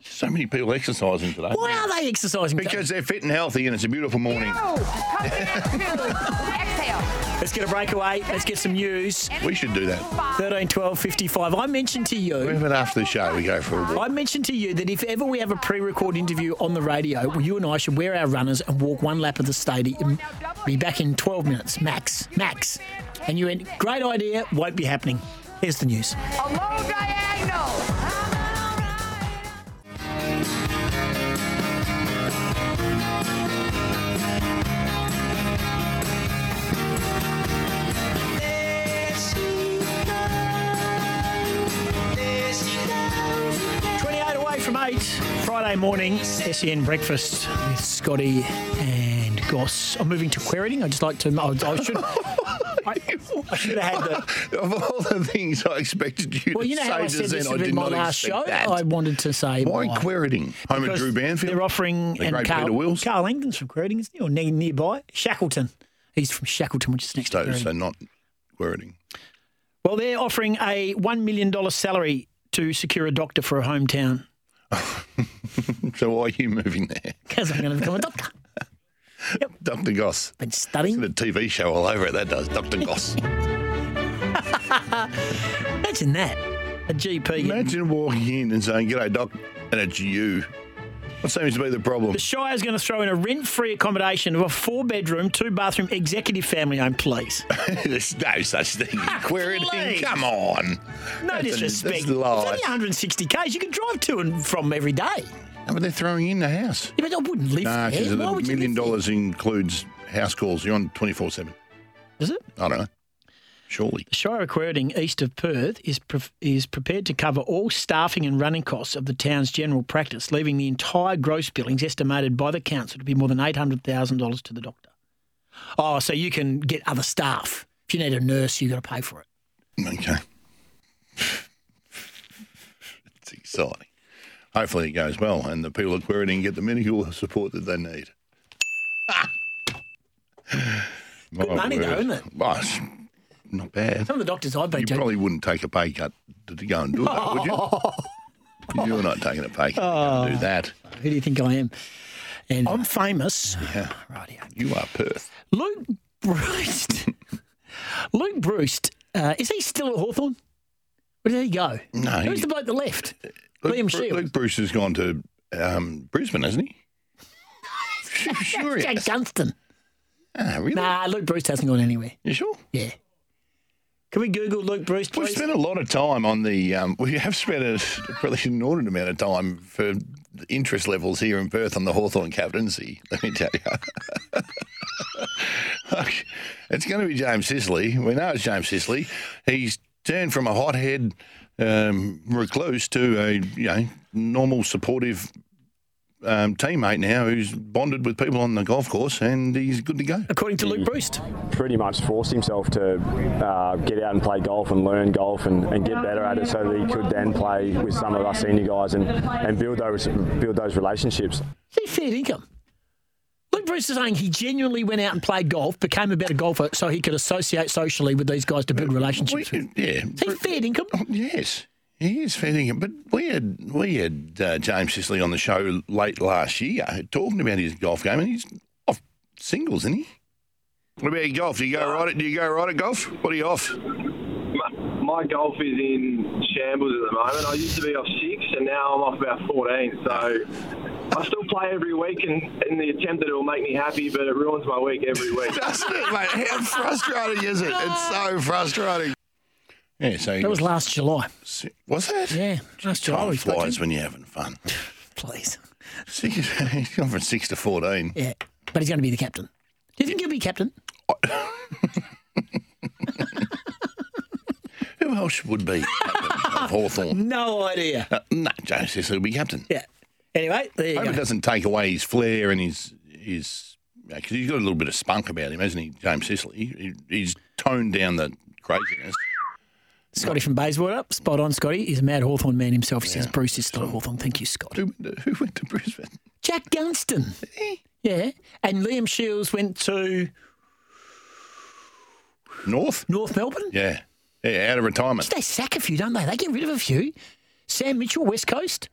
[SPEAKER 4] so many people exercising today.
[SPEAKER 3] why are they exercising?
[SPEAKER 4] Because they're fit and healthy and it's a beautiful morning.
[SPEAKER 3] Let's get a breakaway. Let's get some news.
[SPEAKER 4] We should do that.
[SPEAKER 3] 13, 12, 55. I mentioned to you.
[SPEAKER 4] We have it after the show. We go for a walk.
[SPEAKER 3] I mentioned to you that if ever we have a pre-record interview on the radio, well, you and I should wear our runners and walk one lap of the stadium. Be back in 12 minutes, max, max. And you went, great idea, won't be happening. Here's the news. Twenty-eight away from eight. Friday morning, SEN breakfast with Scotty and Goss. I'm moving to querying. I just like to. I, I should. I, I should have had the.
[SPEAKER 4] of all the things I expected you
[SPEAKER 3] Well,
[SPEAKER 4] to
[SPEAKER 3] you know
[SPEAKER 4] say
[SPEAKER 3] how I
[SPEAKER 4] to
[SPEAKER 3] said
[SPEAKER 4] Zen,
[SPEAKER 3] this
[SPEAKER 4] I
[SPEAKER 3] would
[SPEAKER 4] did
[SPEAKER 3] be my
[SPEAKER 4] not
[SPEAKER 3] last
[SPEAKER 4] expect
[SPEAKER 3] show.
[SPEAKER 4] that.
[SPEAKER 3] I wanted to say
[SPEAKER 4] Why
[SPEAKER 3] why.
[SPEAKER 4] Queriting? Home at
[SPEAKER 3] Because
[SPEAKER 4] Drew Banfield?
[SPEAKER 3] They're offering
[SPEAKER 4] The
[SPEAKER 3] and
[SPEAKER 4] great
[SPEAKER 3] Carl,
[SPEAKER 4] Peter Wills.
[SPEAKER 3] Carl England's from Queriting, isn't he? Or ne- nearby. Shackleton. He's from Shackleton, which is next to
[SPEAKER 4] So,
[SPEAKER 3] Queriting.
[SPEAKER 4] so not Queriting.
[SPEAKER 3] Well, they're offering a $1 million salary to secure a doctor for a hometown
[SPEAKER 4] So why are you moving there?
[SPEAKER 3] because I'm going to become a doctor.
[SPEAKER 4] Dr. Goss.
[SPEAKER 3] Been
[SPEAKER 4] It's
[SPEAKER 3] studying.
[SPEAKER 4] a TV show all over it, that does. Dr. Goss.
[SPEAKER 3] Imagine that. A GP.
[SPEAKER 4] Imagine walking in and saying, G'day, Doc, and it's you. What seems to be the problem?
[SPEAKER 3] The Shire is going to throw in a rent free accommodation of a four bedroom, two bathroom executive family home, please.
[SPEAKER 4] There's no such thing as Queriting.
[SPEAKER 3] Ah, please.
[SPEAKER 4] Come on.
[SPEAKER 3] No
[SPEAKER 4] That's a-
[SPEAKER 3] disrespect.
[SPEAKER 4] That's
[SPEAKER 3] It's
[SPEAKER 4] a lie.
[SPEAKER 3] only 160 k's. You can drive to and from every day. Yeah,
[SPEAKER 4] No, but they're throwing in the house.
[SPEAKER 3] but I wouldn't live
[SPEAKER 4] Nah,
[SPEAKER 3] there.
[SPEAKER 4] because
[SPEAKER 3] Why
[SPEAKER 4] the
[SPEAKER 3] would you
[SPEAKER 4] million
[SPEAKER 3] live there?
[SPEAKER 4] dollars includes house calls. You're on 24 7.
[SPEAKER 3] Is it?
[SPEAKER 4] I don't know. Surely.
[SPEAKER 3] The Shire of Querding, east of Perth, is pre- is prepared to cover all staffing and running costs of the town's general practice, leaving the entire gross billings estimated by the council to be more than eight hundred thousand dollars to the doctor. Oh, so you can get other staff. If you need a nurse, you got to pay for it.
[SPEAKER 4] Okay. it's exciting. Hopefully it goes well and the people at Queriting get the medical support that they need. Good
[SPEAKER 3] money though, isn't it?
[SPEAKER 4] Well, it's not bad.
[SPEAKER 3] Some of the doctors I've been
[SPEAKER 4] You
[SPEAKER 3] to.
[SPEAKER 4] probably wouldn't take a pay cut to to go and do
[SPEAKER 3] Oh.
[SPEAKER 4] that, would you? You're not taking a pay cut to go and do that.
[SPEAKER 3] Who do you think I am? And I'm famous.
[SPEAKER 4] Yeah. Right, You are Perth.
[SPEAKER 3] Luke Bruce. Luke Bruce. Uh, is he still at Hawthorn? Where did he go?
[SPEAKER 4] No,
[SPEAKER 3] Who's
[SPEAKER 4] he-
[SPEAKER 3] the bloke that left?
[SPEAKER 4] Luke,
[SPEAKER 3] Liam
[SPEAKER 4] Bru-
[SPEAKER 3] Shields.
[SPEAKER 4] Luke Bruce has gone to um, Brisbane, hasn't he? sure
[SPEAKER 3] Jake Gunston.
[SPEAKER 4] Ah, really?
[SPEAKER 3] Nah, Luke Bruce hasn't gone anywhere.
[SPEAKER 4] You sure?
[SPEAKER 3] Yeah. Can we Google Luke Bruce,
[SPEAKER 4] We've
[SPEAKER 3] please?
[SPEAKER 4] spent a lot of time on the. Um, we have spent a probably an inordinate amount of time for interest levels here in Perth on the Hawthorn captaincy. Let me tell you, it's going to be James Sicily. We know it's James Sicily. He's turned from a hothead um, recluse to a you know normal supportive. Um, teammate now who's bonded with people on the golf course and he's good to go.
[SPEAKER 3] According
[SPEAKER 4] Mm.
[SPEAKER 3] to Luke Bruce.
[SPEAKER 10] pretty much forced himself to uh, get out and play golf and learn golf and, and get better at it so that he could then play with some of us senior guys and, and build those build those relationships.
[SPEAKER 3] He fair income. Luke Bruce is saying he genuinely went out and played golf, became a better golfer, so he could associate socially with these guys to build relationships. with.
[SPEAKER 4] Yeah,
[SPEAKER 3] Is he fair income?
[SPEAKER 4] Um, Yes, he is fitting it. But we had we had uh, James Sicily on the show late last year talking about his golf game, and he's off singles, isn't he? What about your golf? Do you go right at Do you go right at golf? What are you off?
[SPEAKER 11] My, my golf is in shambles at the moment. I used to be off six, and now I'm off about 14. So I still play every week in, in the attempt that it will make me happy, but it ruins my week every week.
[SPEAKER 4] Doesn't it, mate? How frustrating is it? It's so frustrating. Yeah, so
[SPEAKER 3] That was last July.
[SPEAKER 4] Was that?
[SPEAKER 3] Yeah, last July.
[SPEAKER 4] time
[SPEAKER 3] we played.
[SPEAKER 4] flies when you're having fun.
[SPEAKER 3] Please.
[SPEAKER 4] Six, he's gone from six to fourteen.
[SPEAKER 3] Yeah, but he's going to be the captain. Do you think he'll be captain?
[SPEAKER 4] Who else would be captain of Hawthorn?
[SPEAKER 3] No idea.
[SPEAKER 4] Uh, no, James Sicily will be captain.
[SPEAKER 3] Yeah. Anyway, there you
[SPEAKER 4] Hope
[SPEAKER 3] go.
[SPEAKER 4] it doesn't take away his flair and his his because he's got a little bit of spunk about him, hasn't he, James Sicily? He, he- he's toned down the craziness.
[SPEAKER 3] Scotty from Bayswater, spot on. Scotty is a mad Hawthorn man himself. He says Bruce is still at Hawthorn. Thank you, Scott.
[SPEAKER 4] Who went to, who went to Brisbane?
[SPEAKER 3] Jack Gunston. Yeah, and Liam Shields went to
[SPEAKER 4] North.
[SPEAKER 3] North Melbourne.
[SPEAKER 4] Yeah, yeah, out of retirement.
[SPEAKER 3] They sack a few, don't they? They get rid of a few. Sam Mitchell, West Coast.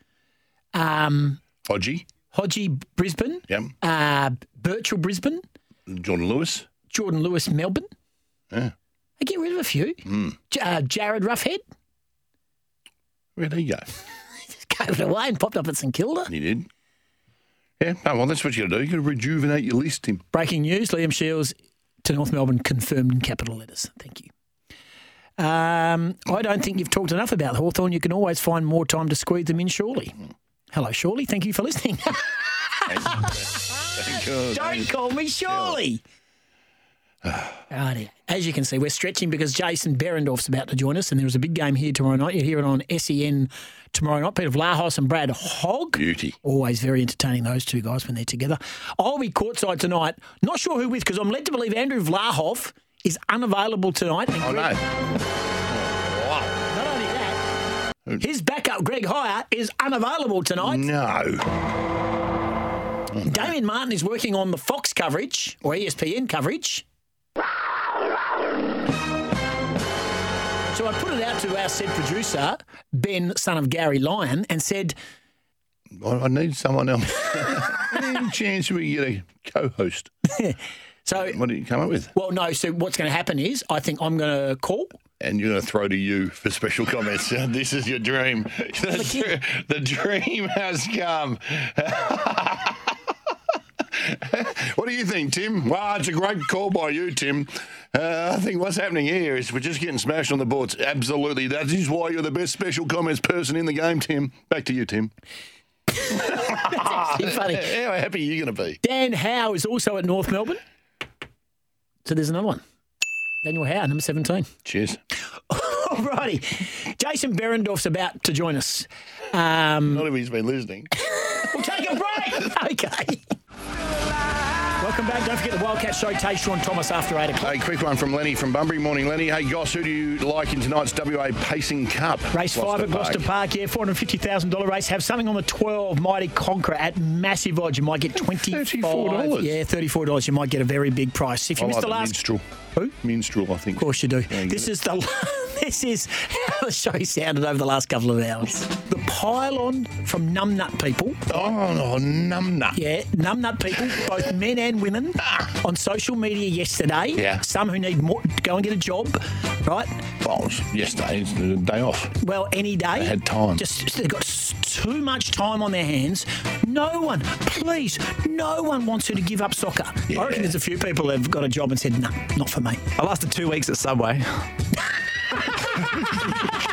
[SPEAKER 3] Um,
[SPEAKER 4] Hodgie,
[SPEAKER 3] Hodgie, Brisbane.
[SPEAKER 4] yep.
[SPEAKER 3] Uh, Birchall, Brisbane.
[SPEAKER 4] Jordan Lewis,
[SPEAKER 3] Jordan Lewis, Melbourne.
[SPEAKER 4] yeah.
[SPEAKER 3] They get rid of a few.
[SPEAKER 4] Mm.
[SPEAKER 3] J- uh, Jared Roughhead
[SPEAKER 4] Where'd he go?
[SPEAKER 3] gave it away and popped up at St Kilda.
[SPEAKER 4] He did. Yeah, no, well, that's what you got to do. You got to rejuvenate your list, Tim.
[SPEAKER 3] Breaking news: Liam Shields to North Melbourne confirmed in capital letters. Thank you. Um, I don't think you've talked enough about Hawthorn. You can always find more time to squeeze them in, surely. Hello, Shirley. Thank you for listening. don't call me Shirley. Oh, dear. As you can see, we're stretching because Jason Berendorf's about to join us, and there is a big game here tomorrow night. You hear it on SEN tomorrow night. Peter Vlahos and Brad Hogg.
[SPEAKER 4] Beauty.
[SPEAKER 3] Always very entertaining, those two guys, when they're together. I'll be courtside tonight. Not sure who with, because I'm led to believe Andrew Vlahov is unavailable tonight.
[SPEAKER 4] Oh,
[SPEAKER 3] And Greg- Not only that, his backup, Greg Hire, is unavailable tonight.
[SPEAKER 4] No.
[SPEAKER 3] Damien Martin is working on the Fox coverage or E ESPN coverage. So I put it out to our said producer, Ben, son of Gary Lyon, and said,
[SPEAKER 4] I, I need someone else. Any chance we get a co-host?
[SPEAKER 3] So
[SPEAKER 4] what did you come up with?
[SPEAKER 3] Well, no. So what's going to happen is, I think I'm going to call.
[SPEAKER 4] and you're going to throw to you for special comments. this is your dream. The, dr- the dream has come. what do you think, Tim? Wow, it's a great call by you, Tim. Uh, I think what's happening here is we're just getting smashed on the boards. Absolutely. That is why you're the best special comments person in the game, Tim. Back to you, Tim.
[SPEAKER 3] That's actually funny.
[SPEAKER 4] How happy are you going to be?
[SPEAKER 3] Dan Howe is also at North Melbourne. So there's another one. Daniel Howe, number 17.
[SPEAKER 4] Cheers.
[SPEAKER 3] Alrighty. Jason Berendorf's about to join us. Um,
[SPEAKER 4] Not if he's been listening.
[SPEAKER 3] We'll take a break. okay. Welcome back. Don't forget the Wildcat Show. Tay Sean Thomas after 8 o'clock.
[SPEAKER 4] A quick one from Lenny from Bunbury. Morning, Lenny. Hey, Goss, who do you like in tonight's WA Pacing Cup?
[SPEAKER 3] Race five at Gloucester Park. yeah, four hundred fifty thousand dollar race. Have something on the twelve. Mighty Conqueror at massive odds. You might get twenty
[SPEAKER 4] $34.
[SPEAKER 3] Yeah, thirty four dollars. You might get a very big price if you
[SPEAKER 4] I
[SPEAKER 3] missed
[SPEAKER 4] like
[SPEAKER 3] the last.
[SPEAKER 4] Minstrel. Who? Minstrel, I think. Of
[SPEAKER 3] course you do.
[SPEAKER 4] Yeah, you
[SPEAKER 3] This
[SPEAKER 4] get
[SPEAKER 3] is the this is how the show sounded over the last couple of hours. The pile-on from numbnut people.
[SPEAKER 4] Oh, no, numbnut. Ah.
[SPEAKER 3] Yeah, numbnut people, both men and women, on social media yesterday.
[SPEAKER 4] Yeah.
[SPEAKER 3] Some who need more, go and get a job, right?
[SPEAKER 4] Well, yesterday, it's the day off.
[SPEAKER 3] Well, any day.
[SPEAKER 4] They had time.
[SPEAKER 3] Just they've got s- too much time on their hands. No one, please, no one wants her to give up soccer. I reckon there's a few people that have got a job and said, no, not for me.
[SPEAKER 4] Ah.
[SPEAKER 9] I lasted two weeks at Subway.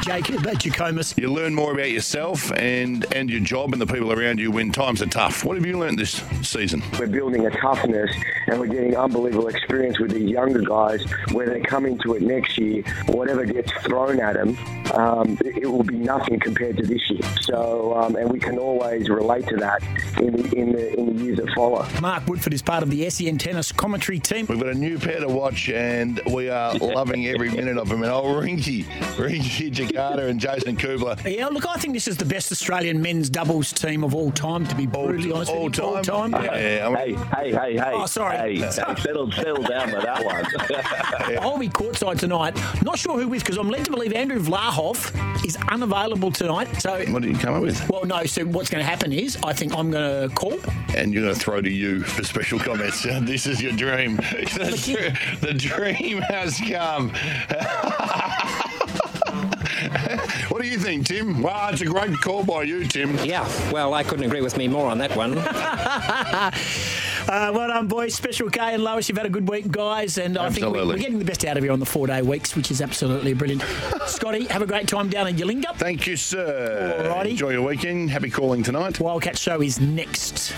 [SPEAKER 3] Jake, about Jacomus.
[SPEAKER 4] You learn more about yourself and, and your job and the people around you when times are tough. What have you learnt this season?
[SPEAKER 11] We're building a toughness and we're getting unbelievable experience with these younger guys where they come into it next year, whatever gets thrown at them, um, it it will be nothing compared to this year. So, um, and we can always relate to that in the, in the, in the years that follow.
[SPEAKER 3] Mark Woodford is part of the SEN Tennis commentary team.
[SPEAKER 4] We've got a new pair to watch, and we are loving every minute of them. And old Rinky, Rinky Jakarta, and Jason Kubler.
[SPEAKER 3] Yeah, look, I think this is the best Australian men's doubles team of all time, to be brutally honest with you. All time.
[SPEAKER 4] Hey,
[SPEAKER 10] hey, hey, hey.
[SPEAKER 3] Oh, sorry.
[SPEAKER 10] Hey, hey, settle, settle down with that one.
[SPEAKER 3] I'll be courtside tonight. Not sure who with because I'm led to believe Andrew Vlahov is unavailable tonight. So
[SPEAKER 4] what did you come up with?
[SPEAKER 3] Well, no. So what's going to happen is I think I'm going to call.
[SPEAKER 4] And you're going to throw to you for special comments. This is your dream. The, dr- the dream has come. what do you think, Tim? Wow, it's a great call by you, Tim.
[SPEAKER 12] Yeah, well, I couldn't agree with me more on that one.
[SPEAKER 3] uh, well done, boys. Special K and Lois, you've had a good week, guys. And I think we-
[SPEAKER 4] Absolutely.
[SPEAKER 3] we're getting the best out of you on the four day weeks, which is absolutely brilliant. Scotty, have a great time down in Yolinga.
[SPEAKER 4] Thank you, sir.
[SPEAKER 3] Alrighty.
[SPEAKER 4] Enjoy your weekend. Happy calling tonight.
[SPEAKER 3] Wildcat Show is next.